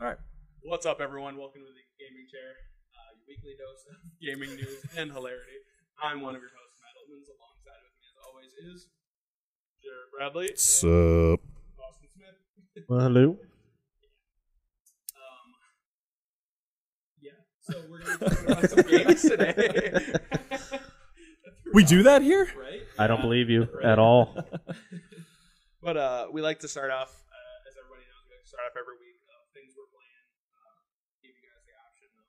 All right. What's up, everyone? Welcome to the Gaming Chair, uh, your weekly dose of gaming news and hilarity. I'm one of your hosts, Matt Eltmans. Alongside with me, as always, is Jared Bradley, Sup? Austin Smith. Well, hello. Um, yeah, so we're going to talk about some games today. We do that here? right? I don't Yeah. believe you at all. But uh, we like to start off, uh, as everybody knows, we like to start off every week of things we're playing. Uh, give you guys the option of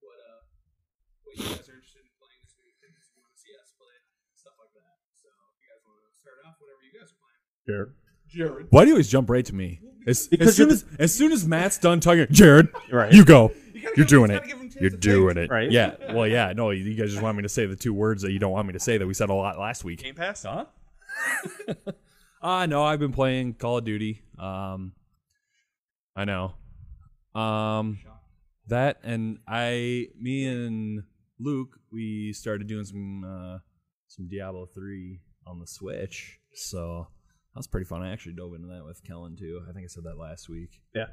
what uh, what you guys are interested in playing this week, things you want to see us play, stuff like that. So if you guys want to start off, whatever you guys are playing. Jared. Jared, Why do you always jump right to me? As, as, Because soon you're as, as soon as Matt's done talking, Jared, Right. you go. you You're doing it. You're doing it. Right. Yeah. Well, yeah. No, you guys just want me to say the two words that you don't want me to say that we said a lot last week. Game Pass. Huh? uh no, I've been playing Call of Duty. Um I know. Um that and I me and Luke, we started doing some uh some Diablo 3 on the Switch. So that was pretty fun. I actually dove into that with Kellen too. I think I said that last week. Yeah.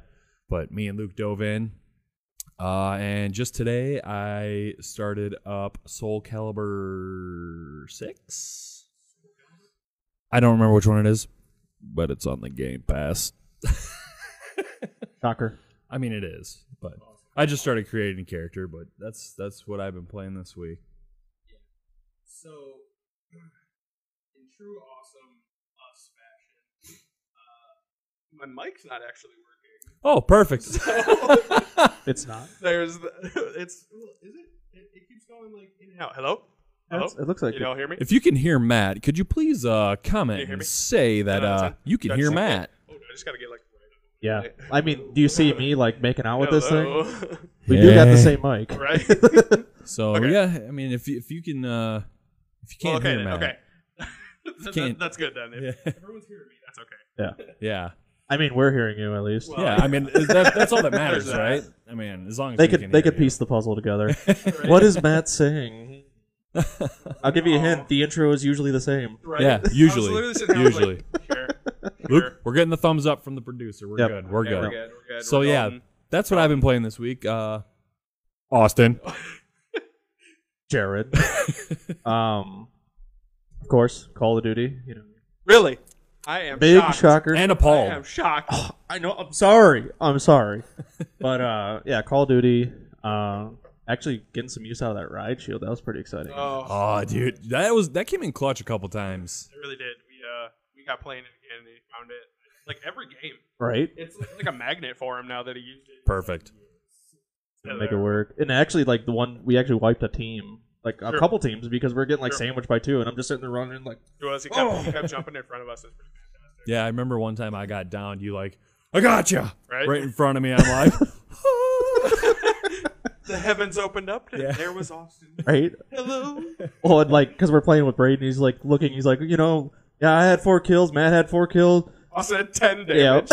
But me and Luke dove in. Uh, and just today I started up Soul Calibur 6. I don't remember which one it is, but it's on the Game Pass. Shocker. I mean, it is, but I just started creating a character, but that's that's what I've been playing this week. So, in true awesome us fashion, uh, my mic's not actually working. Oh, perfect. It's not. There's the, it's well, is it? it? It keeps going like in and out. Hello, hello. It looks like you don't hear me? if you can hear Matt, could you please uh, comment Can you hear me? and say that No, no, it's uh, on. you can That's hear okay. Matt? Oh, I just gotta get like right up. Yeah. I mean, do you see me like making out with this thing? Hello. We do got Yeah. the same mic. right? So Okay. yeah, I mean, if you, if you can uh, if you Well, can't okay, hear then, Matt, okay. That- Can't. that's good then. If yeah, everyone's hearing me, that's okay. yeah, I mean, we're hearing you at least. Well, yeah. I mean, is that, that's all that matters, that. right? I mean, as long as they we could can they hear you. could piece the puzzle together. Right. what is Matt saying? I'll give you a Aw. hint. The intro is usually the same. Right. Yeah, I was usually, literally sitting here, I was like, usually. here, Luke, here. we're getting the thumbs up from the producer. We're Yep. good. We're Yeah, good. We're good. We're good. So we're yeah, golden. that's what I've been playing this week. Uh, Austin. Jared. um, of course, Call of Duty. You know, really, I am big shocked. shocker. I and appalled. am shocked. Oh. I know. I'm sorry. I'm sorry. but uh, yeah, Call of Duty. Uh, actually, getting some use out of that ride shield. That was pretty exciting. Oh, Oh, dude, that was that came in clutch a couple times. I really did. We uh, we got playing it again and he found it. Like every game, right? it's like, like a magnet for him now that he used it. Perfect. Yeah, Make it there. work. And actually, like the one we actually wiped a team, like a Sure. couple teams, because we are getting like Sure. sandwiched by two, and I'm just sitting there running like, It was. He kept, Oh. he kept jumping in front of us. It was pretty fantastic. Yeah, I remember one time I got down. You like, I got you Right? in front of me. I'm like, The heavens opened up. And Yeah. There was Austin. right? Hello. Well, and like because we're playing with Braden, he's like looking, he's like, you know, yeah, I had four kills, Matt had four kills. Austin had ten Yeah. damage.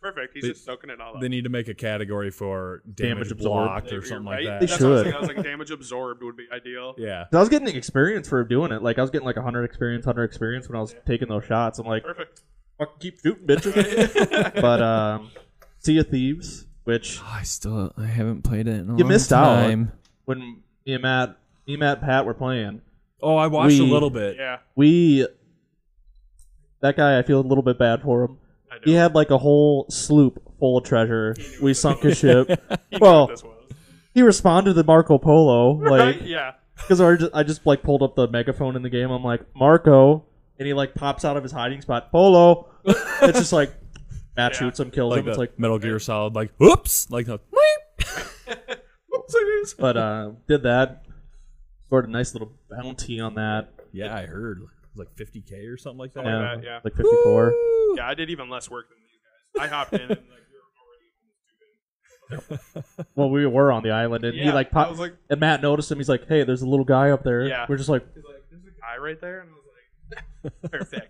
Perfect. He's They- just soaking it all up. they need to make a category for damage, Damage absorbed. blocked You're or something right. like That's that. They what I was should. thinking. I was like, damage absorbed would be ideal. Yeah, 'Cause I was getting experience for doing it. Like I was getting like 100 experience, 100 experience when I was taking those shots. I'm like, Perfect. fuck, keep shooting, bitches. but um, Sea of Thieves, which I still I haven't played it in a You long missed out. time. when me and Matt, me and Matt, and Pat were playing, Oh, I watched We- a little bit. yeah. we that guy, I feel a little bit bad for him. I know. He had like a whole sloop full of treasure. We sunk his ship. He knew what well, this was. he responded to Marco Polo, like right? Yeah. Because I just, I just like pulled up the megaphone in the game. I'm like Marco, and he like pops out of his hiding spot. Polo. it's just like Matt Yeah. shoots him, kills Like him. the It's like, eh. Metal Gear Solid, like oops, like the Oopsies. but uh, did that. Scored a nice little bounty on that. yeah, I heard it was like 50k or something like that. Something yeah, that, yeah. like 54. Yeah, I did even less work than these guys. I hopped in and like we were already almost too good. well, we were on the island, and he Yeah, like I popped. was like, and Matt noticed him. He's like, "Hey, there's a little guy up there." Yeah. We're just like, he's like, there's a guy right there, and I was like, perfection.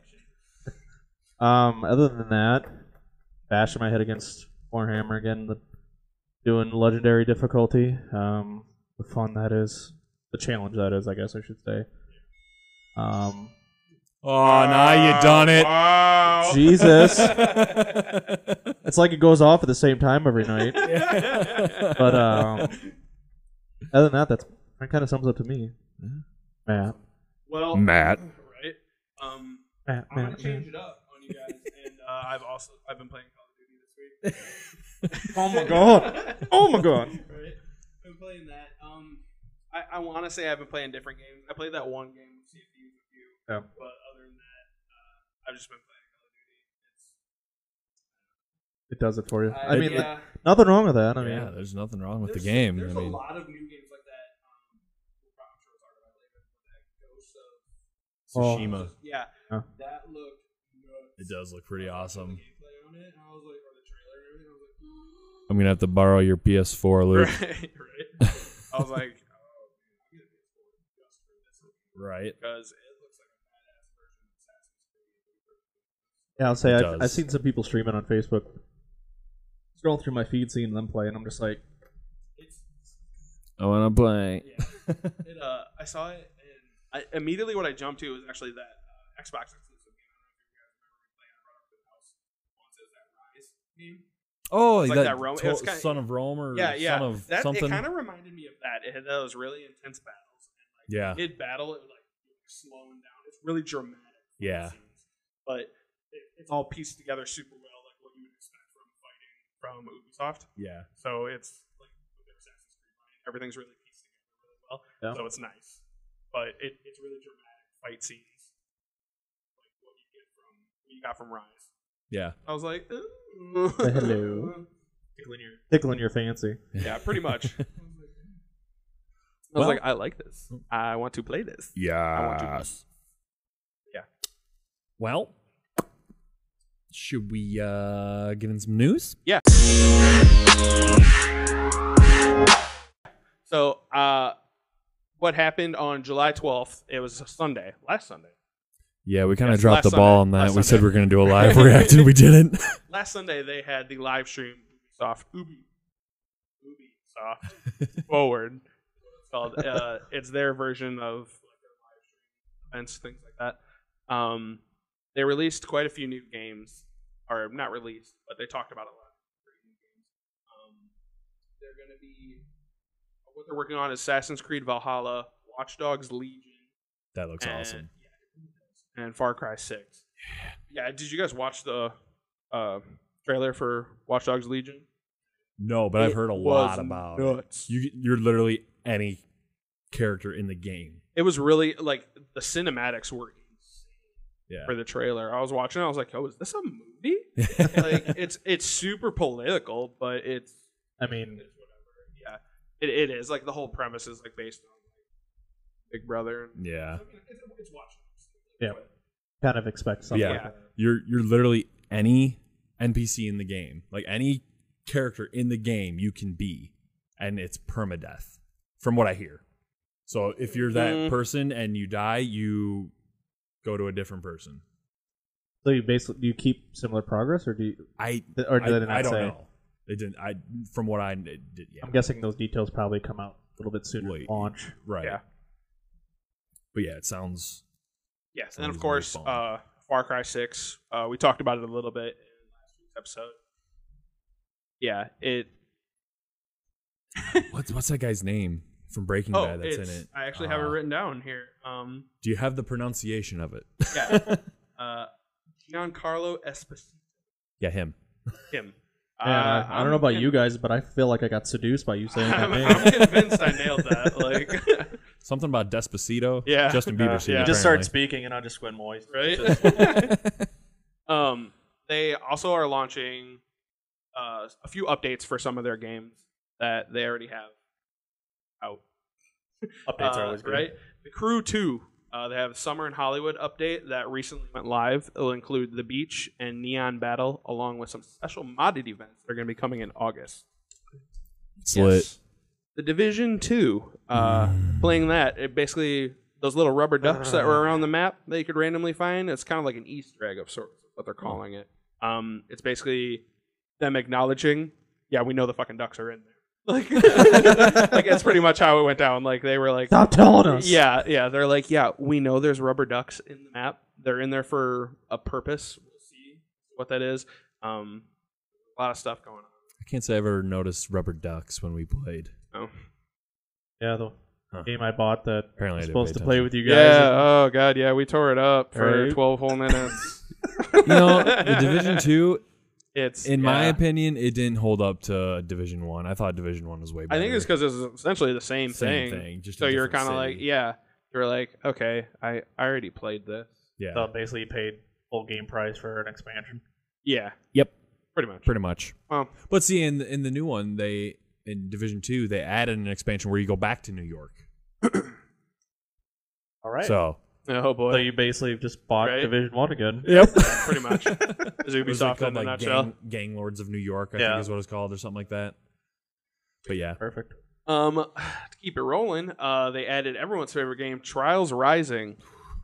um. Other than that, bashing my head against Warhammer again. The, doing legendary difficulty. Um, the fun that is, the challenge that is. I guess I should say. Um, Oh, now you done it. Wow. Jesus. That's It's like it goes off at the same time every night. Yeah. But um, other than that, that's that kind of sums up to me. Matt, well, Matt. right? Um, Matt, I'm gonna Matt, Matt. change it up on you guys, and uh, I've also I've been playing Call of Duty this week. Oh my god! Oh my god! right? I've been playing that. Um, I, I want to say I've been playing different games. I played that one game with CFU with you, Yeah. but other than that, uh, I've just been playing Call of Duty. It's, It does it for you. I, mean, yeah, nothing wrong with that. I mean, Yeah, there's nothing wrong with there's, the game. There's I mean, a lot of new games like that. Um, we'll probably talk about it later, but that Ghost of Tsushima. Yeah. Huh. That looked nuts. It does look pretty I watched the awesome. gameplay on it, and I was like- or the trailer and everything, I was like, I'm gonna have to borrow your PS4, Luke. Right, Oh. right. I was like, oh, man, I'm gonna get bored just for this right. because it looks like a badass version of Assassin's Creed. yeah, I'll say It I've, does. I've seen some people stream it on Facebook. Scrolling through my feed, seeing them play, and I'm just like, It's I want to play. yeah. It, uh, I saw it, and I, immediately what I jumped to was actually that uh, Xbox exclusive game. I don't know if you guys remember we played. I brought up to the house once. It was that Rise game. Oh, It's like that, that Rome- to- it's kinda- son of Rome or yeah, yeah. son of that, It something. kind of reminded me of that. It had those really intense battles. And like Yeah. mid battle, it was like slowing down. It's really dramatic. Yeah. scenes. but it, it's all pieced together super well, like what you would expect from fighting from Ubisoft. yeah. So it's like with their Assassin's Creed line, everything's really pieced together really well. Yeah. So it's nice, but it, it's really dramatic fight scenes, like what you get from what you got from Rise. Yeah. I was like, Hello. Tickling your- tickling your fancy. yeah, pretty much. I was Well- like, I like this. I want to play this. Yeah. Yeah. Well, should we uh get in some news? So, uh, what happened on July 12th? It was Sunday, last Sunday. Yeah, we kind of Yes, dropped the last ball Sunday. on that. Last we said Sunday. we are going to do a live react and we didn't. Last Sunday, they had the live stream Ubisoft Ubi Ubisoft Forward. It's called. Uh, it's their version of like, their live stream events, things like that. Um, they released quite a few new games, or not released, but they talked about a lot of great new games. Um, they're going to be what they're working on: is Assassin's Creed Valhalla, Watch Dogs Legion, That looks and- awesome. Eh, yeah, and Far Cry Six. Yeah. Did you guys watch the uh, trailer for Watch Dogs Legion? No, but I've It heard a was lot about it. nuts. You you're literally any character in the game. It was really like the cinematics were Yeah. for the trailer. I was watching. it, I was like, "Oh, is this a movie?" like it's it's super political, but it's I mean, it's whatever. Yeah, it, it is like the whole premise is like based on Big Brother. And, yeah. it's, it's Watch Dogs. Yeah. kind of expect something. Yeah. Like that. You're you're literally any NPC in the game. Like any character in the game you can be and it's permadeath from what I hear. So if you're that Mm. person and you die, you go to a different person. So you basically do you keep similar progress, or do you, I or do I, they not I don't say? know. They didn't I from what I it did yeah. I'm guessing those details probably come out a little bit sooner than Wait. launch. Right. Yeah. But yeah, it sounds Yes, So and of he's course, really fun. uh, Far Cry Six. Uh, we talked about it a little bit in last week's episode. Yeah, it. what's what's that guy's name from Breaking Oh, Bad that's in it's- it? I actually Ah. have it Uh, written down here. Um, Do you have the pronunciation of it? Yeah. uh, Giancarlo Esposito. yeah, him. Him. Man, uh, I, I don't know about you guys, but I feel like I got seduced by you saying that I'm, name. I'm convinced I nailed that. Like, Something about Despacito. Yeah. Justin Bieber. Uh, scene, yeah. You just start apparently. speaking, and I just went moist. right? um, they also are launching uh, a few updates for some of their games that they already have out. Updates Uh, are always good. Right? The Crew 2. Uh, they have a Summer in Hollywood update that recently went live. It'll include The Beach and Neon Battle, along with some special modded events that are going to be coming in August. It's lit. Yes. The Division 2. Uh, Playing that, it basically, those little rubber ducks that were around the map that you could randomly find, it's kind of like an Easter egg of sorts, is what they're calling it. Um, it's basically them acknowledging, yeah, we know the fucking ducks are in there. Like, like, it's pretty much how it went down. Like, they were like, Stop telling us. yeah, yeah. They're like, yeah, we know there's rubber ducks in the map. They're in there for a purpose. We'll see what that is. Um, A lot of stuff going on. I can't say I ever noticed rubber ducks when we played. Oh. Yeah, the Huh. game I bought that Apparently, I was didn't supposed pay to play attention. with you guys. Yeah. Oh god. Yeah. We tore it up for Right? twelve whole minutes. You know, the Division Two, It's in my yeah. opinion, it didn't hold up to Division One. I. thought Division One was way I better. think it's because it's essentially the same, Same thing, just a so you're different kind of like, city. yeah, you're like, okay, I I already played this. yeah, So basically, you paid full game price for an expansion. Yeah. Yep. Pretty much. pretty much. Well, But see, in in the new one, they in Division Two, they added an expansion where you go back to New York. All right. So, So, oh boy. you basically just bought Right? Division One again. yep. pretty much. Is What is it Ubisoft called, in a like nutshell? gang, gang Lords of New York, I Yeah. think is what it's called, or something like that. But yeah, Perfect. Um, to keep it rolling, uh, they added everyone's favorite game, Trials Rising.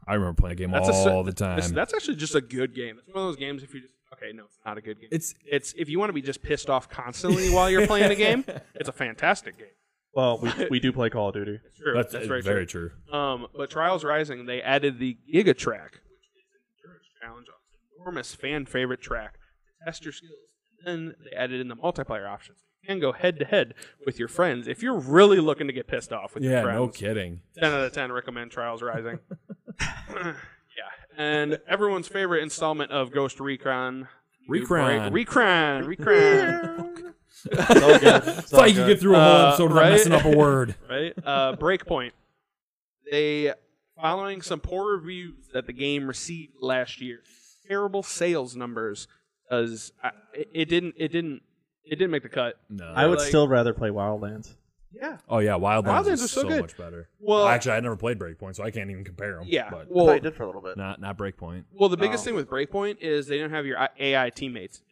I remember playing a game That's a all cer- the time. This- that's actually just a good game. It's one of those games if you just okay, no, it's not a good game. It's, it's if you want to be just pissed off constantly while you're playing a game, it's a fantastic game. Well, we, we do play Call of Duty. It's true. that's, That's, it's very, very, true. true. Um, but Trials Rising, they added the Giga Track, which is an endurance challenge on an enormous fan favorite track to test your skills. And then they added in the multiplayer options. You can go head to head with your friends if you're really looking to get pissed off with your Yeah, friends. no kidding. 10 out of 10 recommend Trials Rising. yeah. And everyone's favorite installment of Ghost Recon. New Break- Recron. Recron. Recron. It's all good. It's all Thought you could good. get through a whole Uh, episode without right? messing up a word. right? Uh, Breakpoint. They, following some poor reviews that the game received last year, terrible sales numbers, because it, it didn't, it didn't, it didn't make the cut. No. I would like- still rather play Wildlands. Yeah. oh yeah, Wildlands, Wildlands is are so so good. much better. Well, actually, I never played Breakpoint, so I can't even compare them. yeah. but Oh. Well, did for a little bit. not not Breakpoint. well, the biggest thing with Breakpoint is they don't have your AI teammates.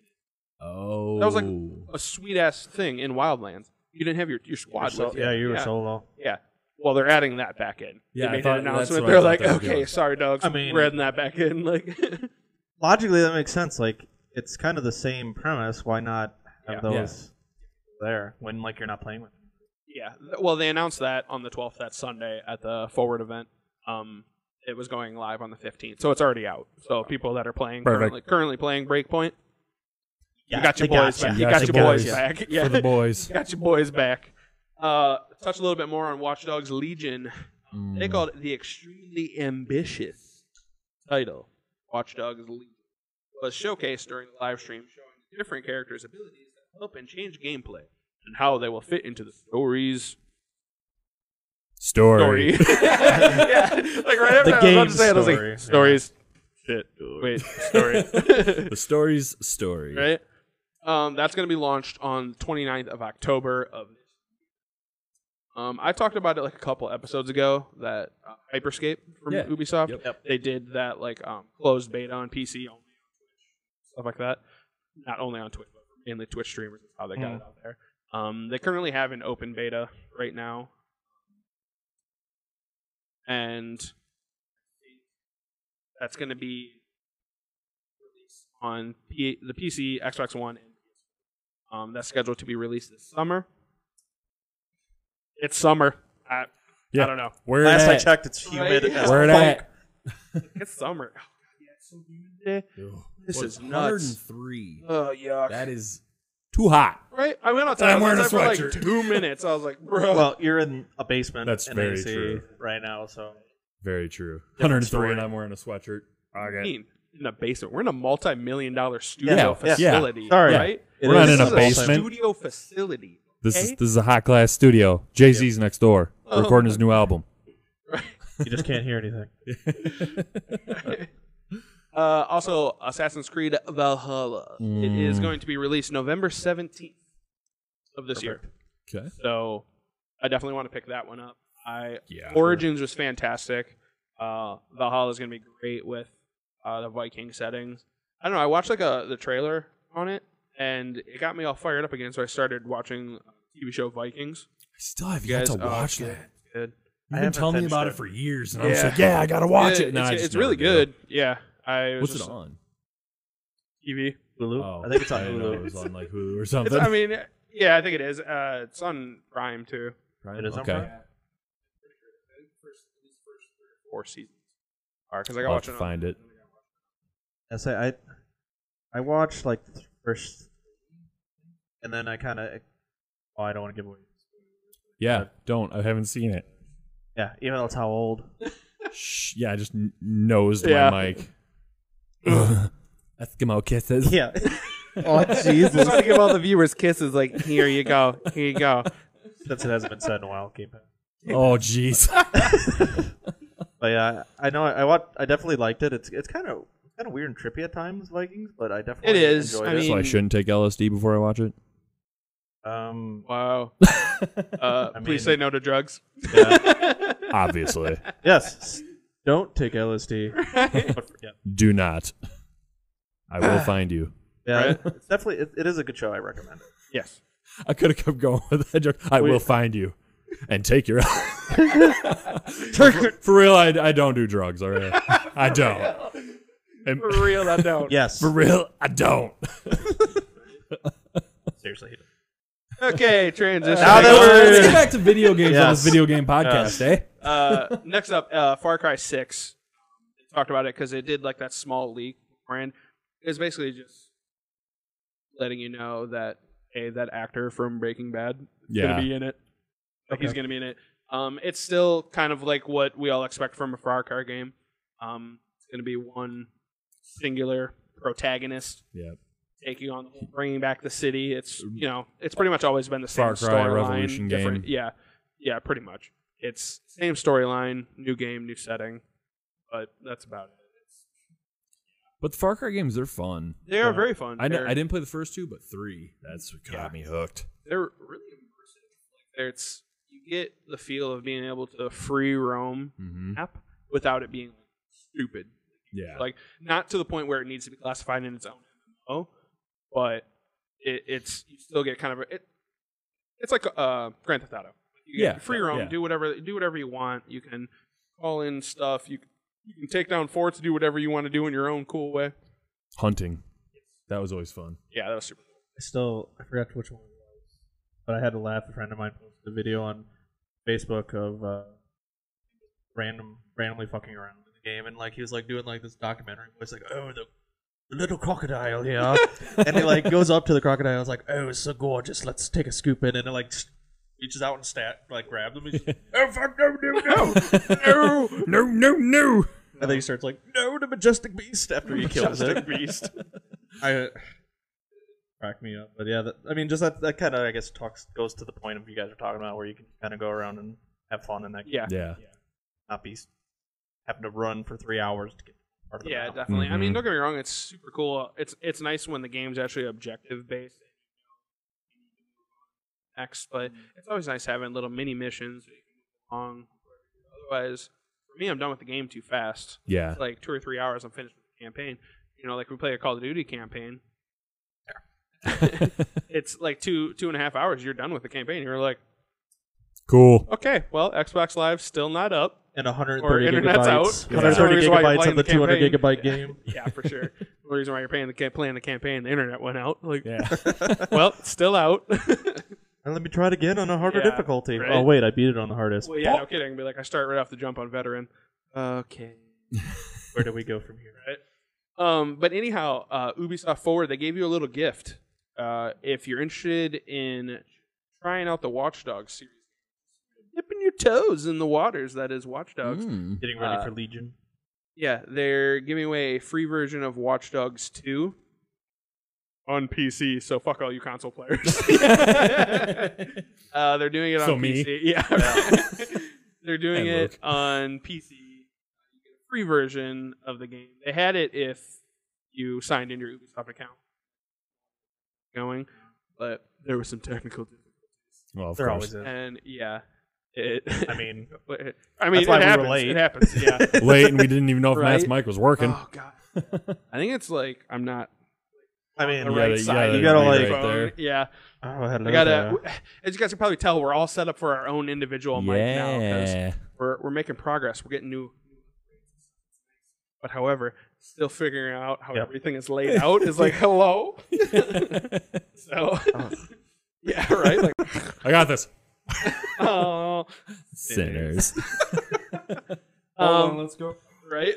Oh, That was like a sweet ass thing in Wildlands. You didn't have your, your squad with you. yeah, you were solo. Yeah. Well, they're adding that back in. Yeah, I they made thought- an that's announcement. what I They're thought like, they were okay, doing. sorry, dogs. I mean- we're adding that back in. Like, Logically, that makes sense. Like, it's kind of the same premise. Why not have Yeah. those there when like you're not playing with? Them? yeah. Well, they announced that on the 12th, that Sunday at the Forward event. Um, it was going live on the 15th, so it's already out. So people that are playing Oh. Perfect. currently, currently playing Breakpoint, you got your they boys gotcha. back. You You got got your your boys boys. back. Yeah. for the boys. You got your boys back. Uh, touch a little bit more on Watch Dogs Legion. They Mm. called it the extremely ambitious title. Watch Dogs Legion was showcased during the live stream, showing different characters' abilities that help and change gameplay and how they will fit into the story's Story. story. yeah, like right after I was The about game's to say it, I was story, yeah. like, stories. Shit. Wait, story. The story's story. right? Um, that's going to be launched on the 29th of October of this. year. Um, I talked about it like a couple episodes ago that uh, Hyperscape from Yeah. Ubisoft Yep. they did that like um, closed beta on PC only on Twitch stuff like that. Not only on Twitch, but mainly Twitch streamers is how they got Mhm. it out there. Um, they currently have an open beta right now, and that's going to be released on P- the PC, Xbox One, and PS4. Um, that's scheduled to be released this summer. It's summer. I, Yeah. I don't know. Where Last I it at? checked, it's humid. Right? As Where it fuck. at? It's summer. Oh, God, yeah, it's so humid today. Ugh. This Well, is it's nuts. 103. Oh yuck! That is too hot. right? I went outside. And I'm I was wearing a outside for sweatshirt. like two minutes. I was like, bro. Well, you're in a basement. That's in very AC true. Right now, so Very true. Different 103, story. and I'm wearing a sweatshirt. I Okay. mean, in a basement. We're in a multi-million dollar studio Yeah. Yeah. facility, Sorry. right? It We're not is in this a is a basement. studio facility. This is okay? this is a high class studio. Jay Z's next door, Oh. recording his new album. You just can't hear anything. Uh, also, Assassin's Creed Valhalla. It is Mm. going to be released November seventeenth of this year. Okay. So I definitely want to pick that one up. I Yeah. Origins was fantastic. Uh, Valhalla is going to be great with uh, the Viking settings. I don't know. I watched like a the trailer on it, and it got me all fired up again. So I started watching TV show Vikings. I still have You yet guys to oh, watch it's good. that. Good. You've I been haven't telling me finished about it. it for years, and I was Yeah. like, "Yeah, I gotta watch Yeah, it." And I it's just it's really never good. do. Yeah, I was What's just it on? TV. Hulu. Oh, I think it's on didn't know It Hulu. was on like Hulu or It's, something. I mean, yeah, I think it is. Uh, it's on Prime too. It is on okay. Prime? Four seasons. Because I got I'll have to watching. find it. I say I, I watched like the first and then I kind of, oh, I don't want to give away. Yeah, don't. I haven't seen it. Yeah, even though it's how old. Shh, yeah, I just n- nosed Yeah. my mic. Ugh. Eskimo kisses. Yeah, Oh Jesus! I want to give all the viewers kisses. Like here you go, here you go. since it hasn't been said in a while, Game Pass. Oh jeez. But yeah, I know I, I watched. I definitely liked it. It's it's kind of kind of weird and trippy at times, Vikings. But I definitely It is. Enjoyed I it. mean- so I shouldn't take LSD before I watch it. um, Wow. Uh, I please mean- say no to drugs. Obviously, yes, s- don't take LSD. But, yeah, do not. I will find you. yeah, Right. it's definitely it, it is a good show. I recommend it. Yes. I could have kept going with that joke. I will find you and take your. For real, I, I don't do drugs. All right, I don't. And- For real, I don't. Yes, for real, I don't. seriously. Okay, transition. Now that we're- Let's get back to video games on Yes. this video game podcast, Yes. eh? Uh, Next up, uh, Far Cry Six. They talked about it because it did like that small leak, and it's basically just letting you know that hey, that actor from Breaking Bad is Yeah. gonna be in it. Like, He's Okay. gonna be in it. Um, it's still kind of like what we all expect from a Far Cry game. Um, it's gonna be one singular protagonist. Yep. Taking on, bringing back the city. It's you know, it's pretty much always been the same Um, Far Cry storyline, Revolution different- game. Yeah, yeah, pretty much. It's same storyline, new game, new setting, but that's about it. But the Far Cry games, they're fun. They are very fun. I, kn- They're- I didn't play the first two, but three. That's what got me hooked. they're really immersive. Like they're- it's you get the feel of being able to free roam Mm-hmm. map without it being stupid. Yeah. Like not to the point where it needs to be classified in its own MMO, but it, it's you still get kind of a, it. It's like uh, Grand Theft Auto. You get Yeah, free roam, yeah. do whatever do whatever you want. You can call in stuff. You you can take down forts, do whatever you want to do in your own cool way. Hunting. That was always fun. Yeah, that was super. I still I forgot which one it was, but I had to laugh. A friend of mine posted a video on Facebook of uh, random randomly fucking around in the game, and like he was like doing like this documentary voice, like oh the. the Little crocodile here, and he like goes up to the crocodile. It's like, oh, it's so gorgeous. Let's take a scoop in, and it like just reaches out and stat like grabs him. And he's just, oh fuck no no no! no, no, no, no. and then he starts like, no, the majestic beast after he kills it. beast. I uh, crack me up, but yeah, that, I mean, just that that kind of I guess talks goes to the point of you guys are talking about where you can kind of go around and have fun and that yeah, Yeah. not be having to run for three hours to get part of the Yeah, map. definitely. I mean, Mhm. don't get me wrong; it's super cool. It's it's nice when the game's actually objective based. X, but it's always nice having little mini missions. where you can move along. Otherwise, for me, I'm done with the game too fast. Yeah. It's like two or three hours, I'm finished with the campaign. You know, like we play a Call of Duty campaign. It's like two two and a half hours. You're done with the campaign. You're like, cool. okay, well, Xbox Live's still not up. and Or 130 internet's gigabytes, out. Yeah. 130 That's the reason why you're gigabytes playing of the the campaign. 200 gigabyte game. Yeah, for sure. the reason why you're paying the ca- playing the campaign, the internet went out. Like, Yeah. well, it's still out. And let me try it again on a harder Yeah, difficulty. right? Oh wait, I beat it on the hardest. Well, yeah, no kidding. Be like, I start right off the jump on veteran. Okay. Where do we go from here? Um, but anyhow, uh, Ubisoft Forward, they gave you a little gift. Uh, if you're interested in trying out the Watchdog series, dipping your toes in the waters that is Watchdogs. Mm. Getting ready Uh, for Legion. Yeah, they're giving away a free version of Watchdogs 2 on PC. So fuck all you console players. Uh, they're doing it So on me? PC. Yeah. they're doing And it Luke. on PC. You get a free version of the game. They had it if you signed in your Ubisoft account. Going, but there was some technical difficulties. Well, of They're course. always in. And yeah, it I mean, I mean it that's why we were happens. late. It happens. Yeah. Late, and we didn't even know if Matt's Right? mic was working. oh god. I think it's like I'm not I the mean, Yeah, right they- yeah, side. they of You gotta, the like- microphone. Right yeah. oh, I had I another- gotta. As you guys can probably tell, we're all set up for our own individual mic now because yeah. we're we're making progress. We're getting new. But however, still figuring out how Yep. everything is laid out is like hello. so yeah, right. Like I got this. oh, Sinners. um, let's go. right?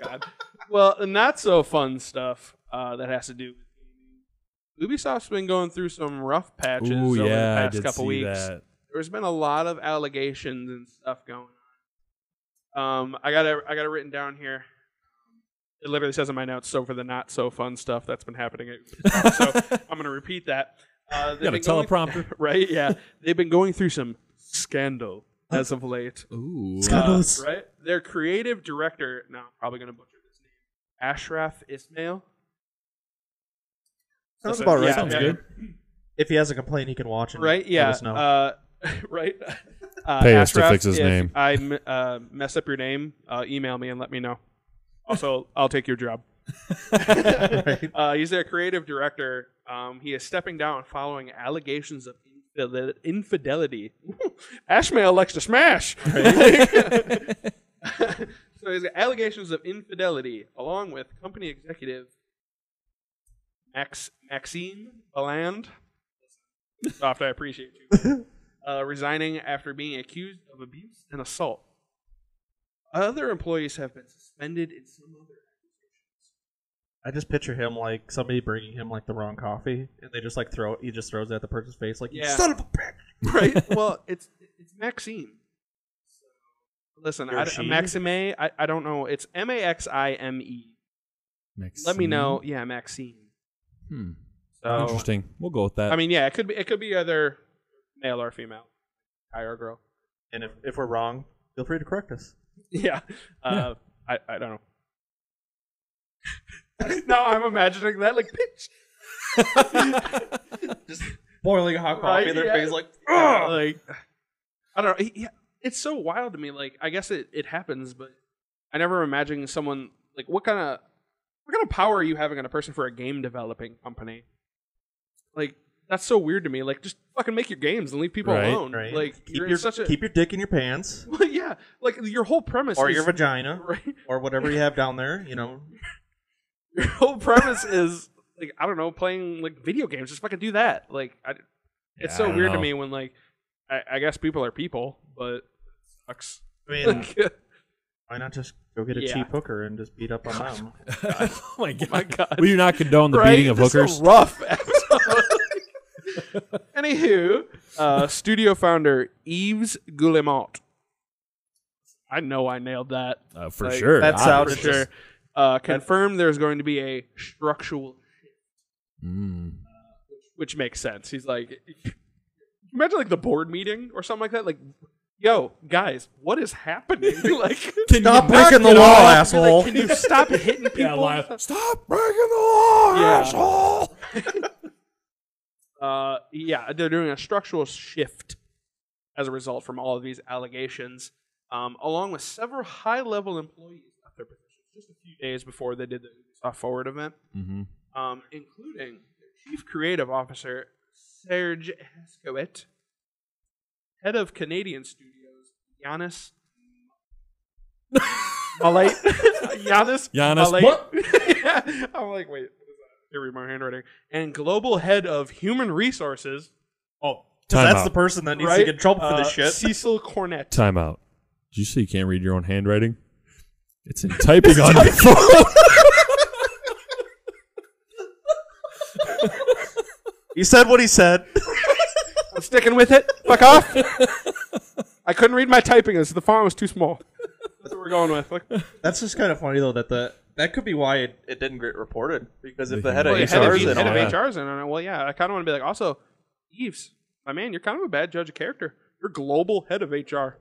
God. Well, the not so fun stuff uh, that has to do Ubisoft's been going through some rough patches Ooh, over yeah, the I past did couple see weeks. that. There's been a lot of allegations and stuff going on. Um, I got it, I got it written down here. It literally says in my notes. So for the not so fun stuff that's been happening, at Ubisoft. so I'm going to repeat that. Uh, they've Got a been going- teleprompter. right? Yeah, they've been going through some scandal as of late. Ooh. Scandalous. Uh, right? Their creative director, no, I'm probably going to butcher this name, Ashraf Ismail. Sounds That's about it. right. Yeah, Sounds yeah. good. If he has a complaint, he can watch it. Right? Yeah. Let us know. Uh, right? Uh, Pay us to Ashraf, fix his if name. I m- uh, mess up your name, uh, email me and let me know. Also, I'll take your job. Right. Uh, he's their creative director. Um, he is stepping down following allegations of infidel- infidelity. Ashmail likes to smash. so he's got allegations of infidelity, along with company executive Max Maxime Balland. Soft, I appreciate you. Uh, resigning after being accused of abuse and assault. Other employees have been suspended in some other I just picture him like somebody bringing him like the wrong coffee, and they just like throw. He just throws it at the person's face, like Yeah. "Son of a bitch." right? Well, it's it's Maxime. Listen, Or I, she? Maxime, I, I don't know. It's M A X I M E. Let me know. Yeah, Maxime. Hmm. So Interesting. We'll go with that. I mean, yeah, it could be it could be either male or female, guy or girl. And if, if we're wrong, feel free to correct us. Yeah. Uh, I I don't know. now I'm imagining that like bitch. Boiling hot Right, yeah. like, Yeah, like I don't know. He, he- it's so wild to me. Like I guess it, it happens, but I never imagined someone like what kind of what kind of power are you having on a person for a game developing company? Like that's so weird to me. Like just fucking make your games and leave people Right, alone. right. Like keep you're in your such a keep your dick in your pants Well, yeah. Like your whole premise or is, your vagina right? or whatever you have down there. You know, Your whole premise is like I don't know, playing like video games. Just fucking do that. Like I, it's Yeah, I so don't weird to know. me when like I, I guess people are people, but it sucks. I mean, oh Like, why not just go get a Yeah. cheap hooker and just beat up on them? oh my god. my God. We do not condone the Right? beating of This is a hookers. rough episode. Anywho, uh, studio founder Yves Guillemot. I know I nailed that. Uh, for Like, sure. that Ah, For sounds- Ouch. sure. Uh, confirmed there's going to be a structural, Mm. which makes sense. He's like, imagine like the board meeting or something like that. Like, yo, guys, what is happening? like, Stop knock breaking the it law, off? asshole. can you stop hitting people? Yeah, live. Stop breaking the law, Yeah. asshole. uh, yeah, they're doing a structural shift as a result from all of these allegations, um, along with several high-level employees left their positions just a few days before they did the Ubisoft Forward event, Mm-hmm. um, including their chief creative officer Serge Haskowit, head of Canadian studios Giannis Malate, Giannis Giannis- Malate. what? yeah. I'm like, wait, here read my handwriting, and global head of human resources. Oh, Time that's out. the person that needs right? to get in trouble for Uh, this shit. Cecil Cornett. Time out. Did you say you can't read your own handwriting? It's in typing on your phone. he said what he said. I'm sticking with it. Fuck off. I couldn't read my typing. This, the font was too small. That's what we're going with. Like, That's just kind of funny though that the that could be why it, it didn't get reported because if The the head of human- well, Well, head of, head HRs HR's in on all of that. HR's in on it. Well, yeah, I kind of want to be like, also, Eves, my man, you're kind of a bad judge of character. Your global head of HR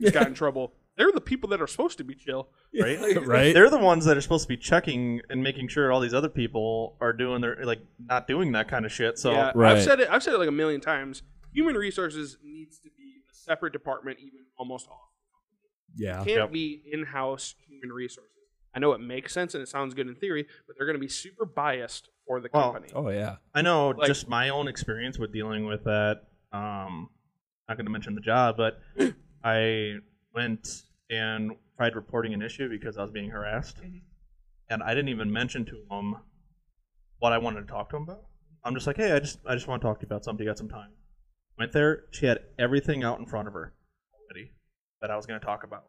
just got in trouble. They're the people that are supposed to be chill. it, right? right? They're the ones that are supposed to be checking and making sure all these other people are doing their like not doing that kind of shit. So yeah, Right. I've said it. I've said it like a million times. Human resources needs to be a separate department, even almost off. Yeah. can't Yep. be in-house human resources. I know it makes sense and it sounds good in theory, but they're going to be super biased for the Well, company. Oh yeah. I know Like- just my own experience with dealing with that. Um, not going to mention the job, but I went and tried reporting an issue because I was being harassed, and I didn't even mention to him what I wanted to talk to him about. I'm just like, hey, I just I just want to talk to you about something. You got some time? Went there. She had everything out in front of her already that I was going to talk about.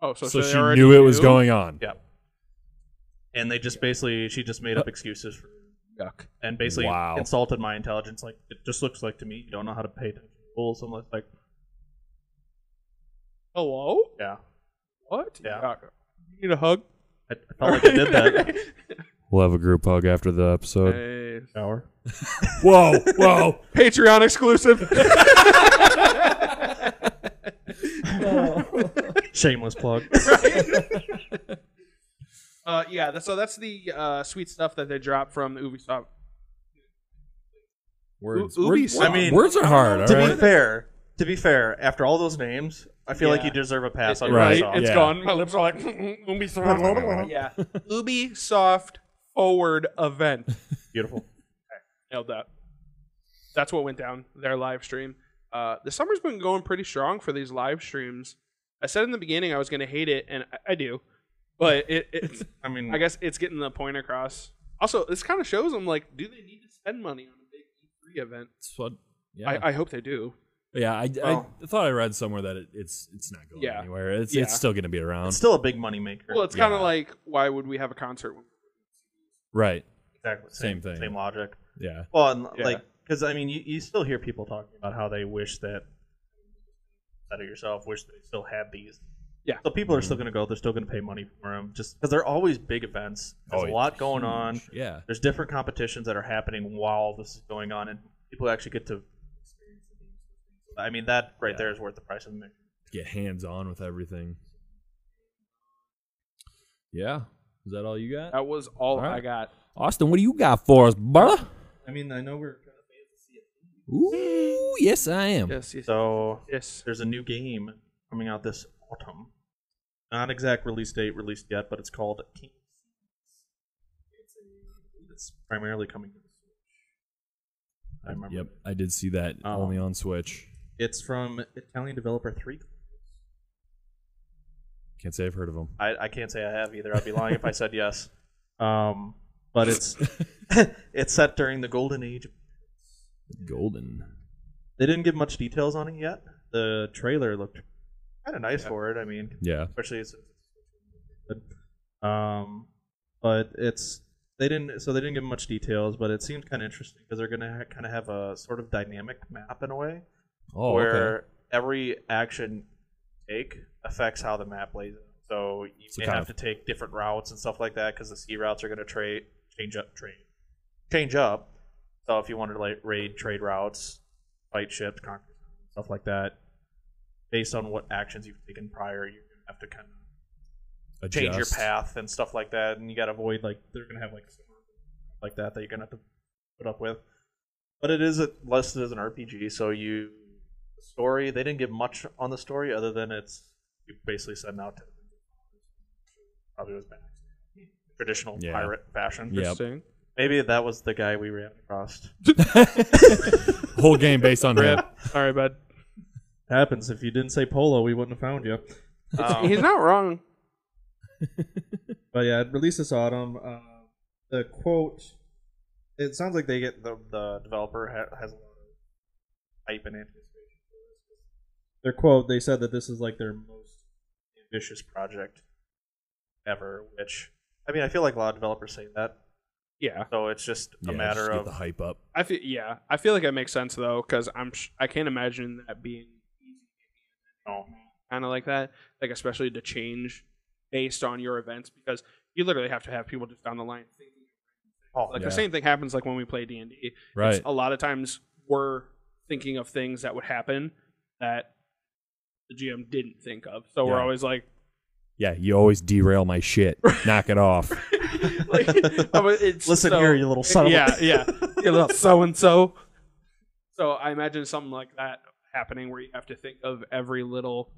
Oh, so, So, they she already knew it was knew? going on. Yep. And they just basically she just made up excuses for Yuck. and basically Wow. insulted my intelligence. Like it just looks like to me, you don't know how to pay attention to rules unless like Hello? yeah. What? Yeah. Yuck. You need a hug? I, I felt like I did that. We'll have a group hug after the episode. Nice. Hour. Whoa, whoa. Patreon exclusive. Shameless plug. uh, yeah, that's, so that's the uh, sweet stuff that they drop from the Ubisoft. Words. U- words, Ubisoft. I mean- words are hard, all to right? be fair, to be fair, after all those names, I feel like Yeah. you deserve a pass on Right. right. Ubisoft. It's Yeah. gone. My lips are like Ubisoft. yeah. Ubisoft forward event. Beautiful. Nailed that. That's what went down. Their live stream. Uh, the summer's been going pretty strong for these live streams. I said in the beginning I was going to hate it, and I, I do, but it, it's. I mean, I guess it's getting the point across. Also, this kind of shows them like, do they need to spend money on a big E3 event? That's what- yeah. I, I hope they do. Yeah, I, Well- I thought I read somewhere that it, it's it's not going Yeah. anywhere. It's Yeah. it's still going to be around. it's still a big moneymaker. Well, it's kind of Yeah. like, why would we have a concert? When right. exactly the same thing. Same logic. Yeah. Well, and, Yeah. like because I mean, you, you still hear people talking about how they wish that out of yourself wish they still had these. Yeah. So people are still going to go. They're still going to pay money for them, just because they're always big events. There's Oh, a yeah. lot going on. Yeah. There's different competitions that are happening while this is going on, and people actually get to. experience the games. I mean, that right Yeah. there is worth the price of admission. Get hands on with everything. Yeah. Is that all you got? that was all All right. I got. Austin, what do you got for us, brother? I mean, I know we're. Ooh, yes, I am. Yes, yes, So yes. there's a new game coming out this autumn. Not exact release date released yet, but it's called King. It's a- It's primarily coming to the Switch. I remember. Yep, I did see that Um, only on Switch. It's from Italian developer Three. Can't say I've heard of them. I, I can't say I have either. I'd be lying if I said yes. Um, but it's it's set during the golden age. Golden. They didn't give much details on it yet. The trailer looked kind of nice for it. I mean, Yeah. especially since it's um but it's they didn't so they didn't give much details but it seemed kind of interesting because they're gonna ha- kind of have a sort of dynamic map in a way Oh, where okay. every action you take affects how the map lays out so you So may kind have of- to take different routes and stuff like that because the sea routes are gonna trade change up trade change up so if you wanted to like raid trade routes fight ships conquer stuff like that based on what actions you've taken prior you're gonna have to kind of change your Adjust. path and stuff like that, and you got to avoid like they're gonna have like some- like that that you're gonna have to put up with. But it is a, listed as an RPG, so you the story they didn't give much on the story other than it's you basically setting out to probably was back traditional Yeah. pirate fashion. Yep. Interesting. Maybe that was the guy we ran across. Whole game based on him. Sorry, bud. Happens if you didn't say polo, we wouldn't have found you. Um, He's not wrong. But yeah, it released this autumn. Uh, the quote. It sounds like they get the the developer ha- has a lot of hype and anticipation. for this. Their quote. They said that this is like their most ambitious project ever. Which I mean, I feel like a lot of developers say that. Yeah, So it's just Yeah, a matter just get of the hype up. I feel. Yeah, I feel like it makes sense though, because I'm. Sh- I can't imagine that being no. kind of like that. Like especially to change based on your events, because you literally have to have people just down the line. thinking. Oh, Like Yeah. the same thing happens like when we play D and D. Right. A lot of times we're thinking of things that would happen that the GM didn't think of, so we're Yeah. always like, Yeah, you always derail my shit. Knock it off. like I mean, it's Listen so- here, you little son of a- yeah, yeah, you little so and so. So I imagine something like that happening where you have to think of every little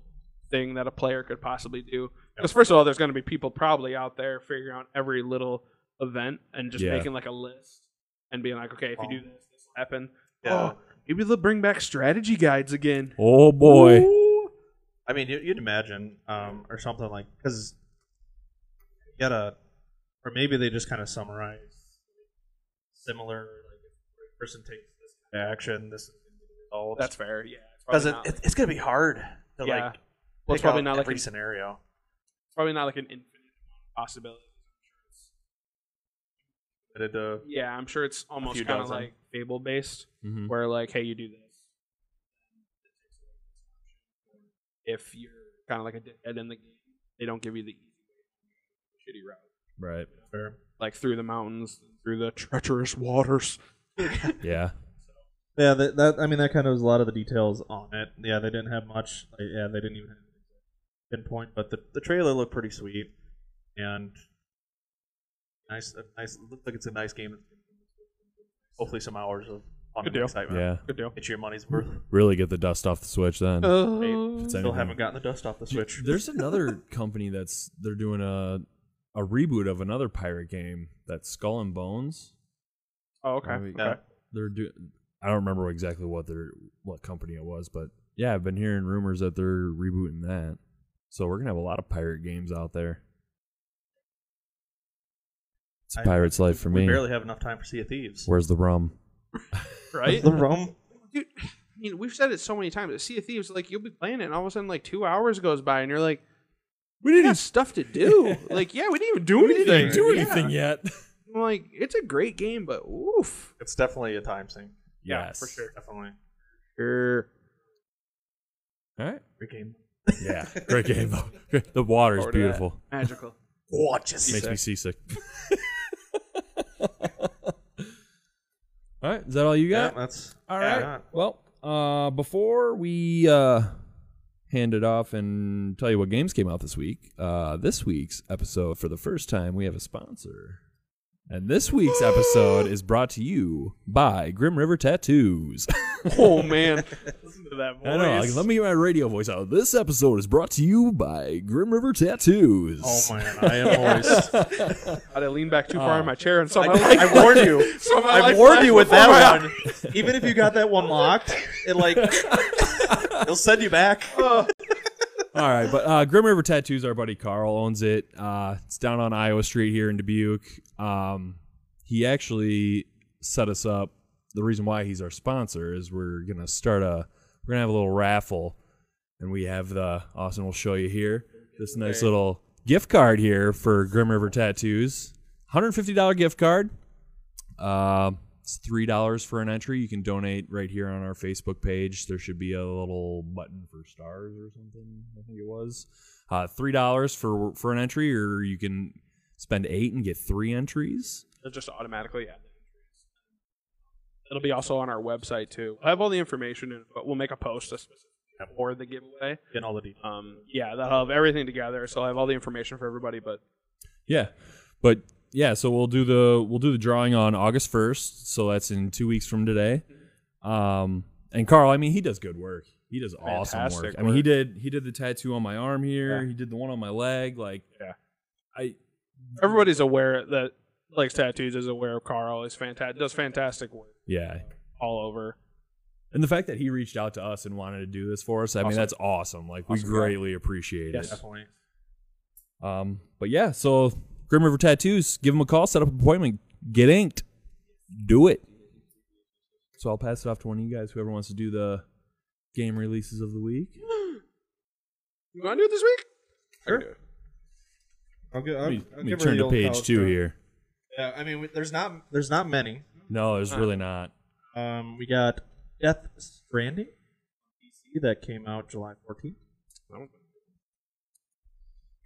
thing that a player could possibly do. Because first of all, there's going to be people probably out there figuring out every little event and just Yeah. making like a list and being like, okay, if you do this, this will happen. Yeah. Oh, maybe they'll bring back strategy guides again. Oh boy. Ooh. I mean, you- you'd imagine, um, or something like because you gotta, or maybe they just kind of summarize similar. Like, if a person takes this kind of action, this is all That's fair. Yeah, it's because probably it, not it, it's gonna be hard Yeah. to like. Well, it's pick probably out not like every an- scenario. probably not like an infinite possibility. Did it, uh, Yeah, I'm sure it's almost few kind of dozen. like Fable based, Mm-hmm. where like, hey, you do this. If you're kind of like a dead in the game, they don't give you the easy, shitty route, Right. fair. like through the mountains, through the treacherous waters. Yeah. Yeah, that, that I mean that kind of was a lot of the details on it. Yeah, they didn't have much. Like, yeah, they didn't even have a pinpoint, but the, the trailer looked pretty sweet and nice. A nice it looked like it's a nice game. Hopefully, some hours of fun Good and deal. excitement. Yeah. Good deal. It's your money's worth. Really get the dust off the Switch then. Uh, Oh. It's Still anything. haven't gotten the dust off the switch. There's another company that's they're doing a a reboot of another pirate game that's Skull and Bones. Oh, okay. Maybe- Yeah. okay. They're doing. I don't remember exactly what their what company it was, but yeah, I've been hearing rumors that they're rebooting that. So we're gonna have a lot of pirate games out there. It's a I- pirate's life for we me. barely have enough time for Sea of Thieves. Where's the rum? Right? the rum. Dude, I mean, we've said it so many times. Sea of Thieves, like, you'll be playing it, and all of a sudden, like, two hours goes by, and you're like, We we got stuff to do. like, yeah, we didn't even do anything. do Yeah. anything yet. I'm like, it's a great game, but oof. It's definitely a time sink. Yeah, Yes. for sure. Definitely. Err. All right. Great game. Yeah. Great game though. Great- The water's Forward to that. beautiful. Magical. Watches. Makes me seasick. all right. Is that all you Yeah, got? that's All Yeah. right. Yeah. Well, uh, before we uh, hand it off and tell you what games came out this week, uh, this week's episode, for the first time, we have a sponsor. And this week's episode is brought to you by Grim River Tattoos. Oh, man. listen to that I know. Like, let me get my radio voice out. This episode is brought to you by Grim River Tattoos. Oh man, I am always. I leaned back too far Oh. in my chair, and I, somehow, like, I warned you. somehow, I like, warned you with that flashed one. Even if you got that one locked, it like it'll send you back. All right, but uh, Grim River Tattoos, our buddy Carl owns it. Uh, it's down on Iowa Street here in Dubuque. Um, he actually set us up. The reason why he's our sponsor is we're gonna start a we're gonna have a little raffle, and we have the Austin will show you here this nice little gift card here for Grim River Tattoos, hundred fifty dollar gift card. Um, it's three dollars for an entry. You can donate right here on our Facebook page. There should be a little button for stars or something. I think it was uh, three dollars for for an entry, or you can spend eight and get three entries. It just automatically yeah. It'll be also on our website too. I have all the information, in, it, but we'll make a post that's for the giveaway. Getting all the details. Um, yeah, that'll have everything together, so I have all the information for everybody. But Yeah, but yeah, so we'll do the we'll do the drawing on August first. So that's in two weeks from today. Um, and Carl, I mean, he does good work. He does awesome work. Fantastic I mean, he work. did he did the tattoo on my arm here. Yeah. He did the one on my leg. Like, Yeah. I everybody's aware that likes tattoos is aware of Carl. He's fantastic. Does fantastic work yeah, all over. And the fact that he reached out to us and wanted to do this for us, I mean, Awesome. that's awesome. Like, Awesome we guy. greatly appreciate Yes. it. Definitely. Um, but yeah, so Grim River Tattoos, give him a call, set up an appointment, get inked, do it. So I'll pass it off to one of you guys, whoever wants to do the game releases of the week. You want to do it this week? Sure. I'll get. Let me, let me turn to page two here. Yeah, I mean, we- there's not there's not many. No, there's really not. Um, we got Death Stranding on PC that came out July 14th.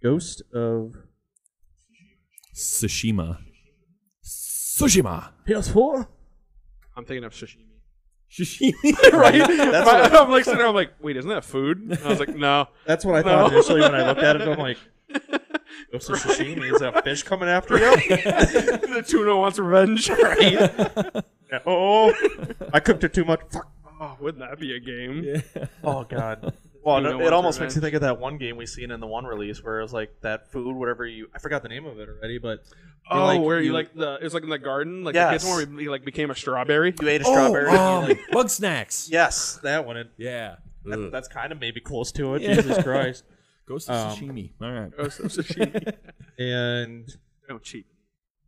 Ghost of Tsushima. Tsushima. PS4. I'm thinking of sashimi. Sashimi. right? That's My- what- I'm like sitting there. I'm like, wait, isn't that food? And I was like, no. That's what I No. thought initially when I looked at it. I'm like, Ghost of Tsushima is a fish coming after you. the tuna wants revenge. Right? Yeah, Oh, I cooked it too much. Fuck. Oh, wouldn't that be a game? Oh God. Well, You it, know it what's almost revenge. makes you think of that one game we seen in the one release where it was like that food, whatever you. I forgot the name of it already, but Oh, like, where you you- like the it was like in the garden, like Yes. the kids one where he, he, like became a strawberry. you ate a oh, strawberry. and you, um, like- bug snacks. yes, that one. It, Yeah. that, Ugh. that's kind of maybe close to it. Yeah. Jesus Christ. Ghost of Um, Sashimi. All right. Oh, so- so she- And Don't cheat.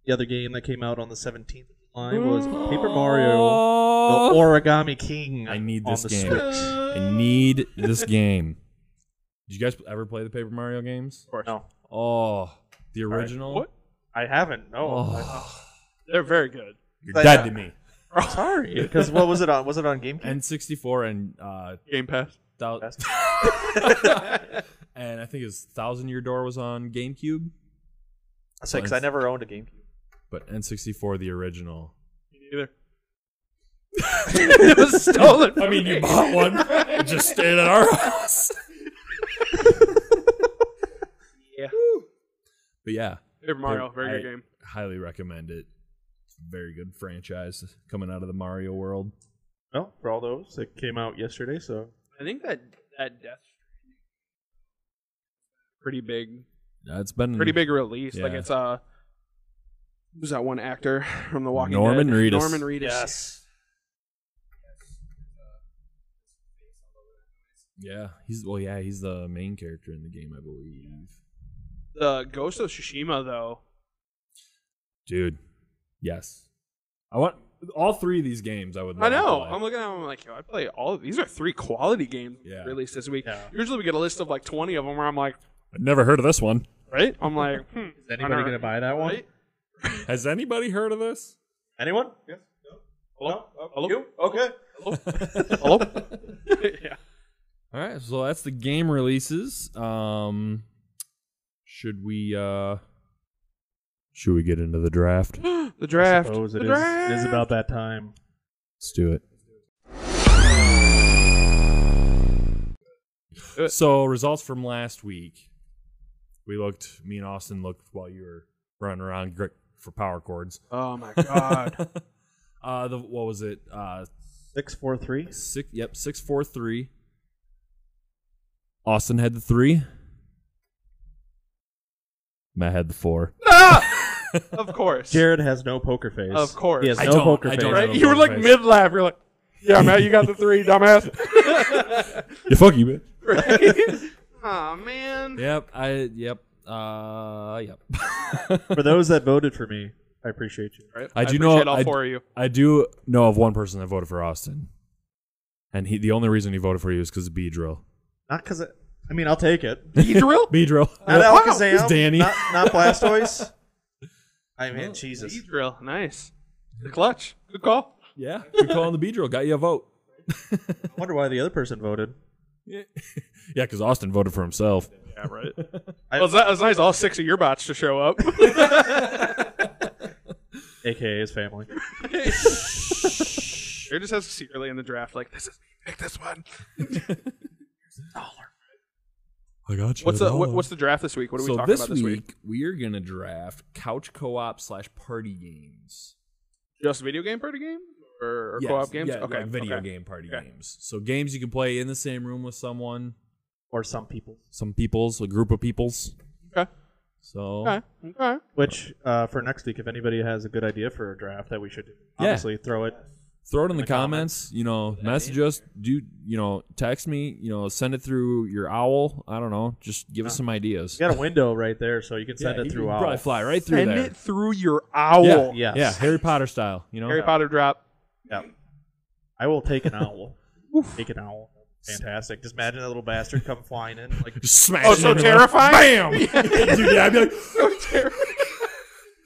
the other game that came out on the 17th of July was Paper Mario: The Oh. Origami King. I need on this the game. Switch. I need this game. Did you guys ever play the Paper Mario games? No, Oh, the original. What? I haven't. No. Oh. I- They're very good. You're But, dead uh, to me. Sorry, Because what was it on? Was it on GameCube? N64 and uh, Game Pass. thou- That's- and I think his Thousand Year Door was on GameCube, That's because I never owned a GameCube. but N64 the original. Either. it was stolen. I from mean, me. you bought one. It just stayed at our house. Yeah. But yeah, Paper Mario, very I- good game. highly recommend it. Very good franchise coming out of the Mario world. well, for all those, it came out yesterday, so I think that that Death Stranding pretty big, Yeah, it's been pretty big release. Like Hmm. Yeah. it's uh, who's that one actor from The Walking Norman Dead? Reedus. Norman Reedus. Yeah, he's well. Yeah, he's the main character in the game, I believe. The Ghost of Tsushima though. Dude, yes. I want all three of these games. I would. I love to know. play. I'm looking at them. I'm like, yo, I play all of these. Are three quality games Yeah. released this week. Yeah. Usually we get a list of like 20 of them where I'm like, I've never heard of this one. right? I'm like, hmm, Is anybody anybody Alright. gonna gonna buy that one? right? Has anybody heard of this? Anyone? Yes. Hello? Uh, Hello? You? Okay. Hello? yeah. All right, so that's the game releases. Um, should we uh, should we get into the draft? The draft. suppose the it is, draft. it is about that time. Let's do it. Uh, Do it. So results from last week. We looked. Me and Austin looked while you were running around gr- for power cords. Oh my god. uh, the what was it? Uh, Six four three. six. Yep, six four three. Austin had the three. Matt had the four. Ah! of course. Jared has no poker face. Of course. He has I no don't- poker I face. don't Right? know. You were like Face. mid laugh. You're like, yeah, Matt, you got the three, dumbass. You fuck you, bitch. right? Aw, man. Yep. I. Yep. Uh. Yep. For those that voted for me, I appreciate you. Right? I do appreciate know- all I- four of you. I do know of one person that voted for Austin, and he the only reason he voted for you is because of B drill. Not because I, I mean I'll take it. You drill? B drill. Not Wow, Alakazam. it's Danny. Not, not Blastoise. I mean, Jesus. You drill. Nice. The clutch. Good call. Yeah, we call him the B drill. Got you a vote. I wonder why the other person voted. yeah, because Austin voted for himself. Yeah, right. I- well, it's, ni- it's nice all six of your bots to show up. AKA his family. Jared just has secretly in the draft, like, this is me, pick this one. I got you. What's the, what, what's the draft this week? What are we so talking this, about this week? week, we are gonna draft couch co-op slash party games. Just video game party game? Or, or Yes, co op games? yeah, okay. yeah, video okay. game party Okay. games. So games you can play in the same room with someone, Or some people. some peoples, a group of peoples. Okay. So Okay. Okay. Which, uh, for next week, if anybody has a good idea for a draft that we should Yeah. obviously throw it. throw it in the comments. You know, message us. Do you know? Text me. You know, send it through your owl. I don't know. Just give us some ideas. You got a window right there, so you can Yeah, send you it can through Probably all. fly right through Send there. it through your owl. Yeah. Yes. Yeah, Harry Potter style. You know, Harry Potter drop. Yeah. I will take an owl. take an owl. Fantastic. Just imagine that little bastard come flying in. Like, Just smash. Oh, so it in. terrifying! Bam. Dude, yeah, I'd be like, So terrifying.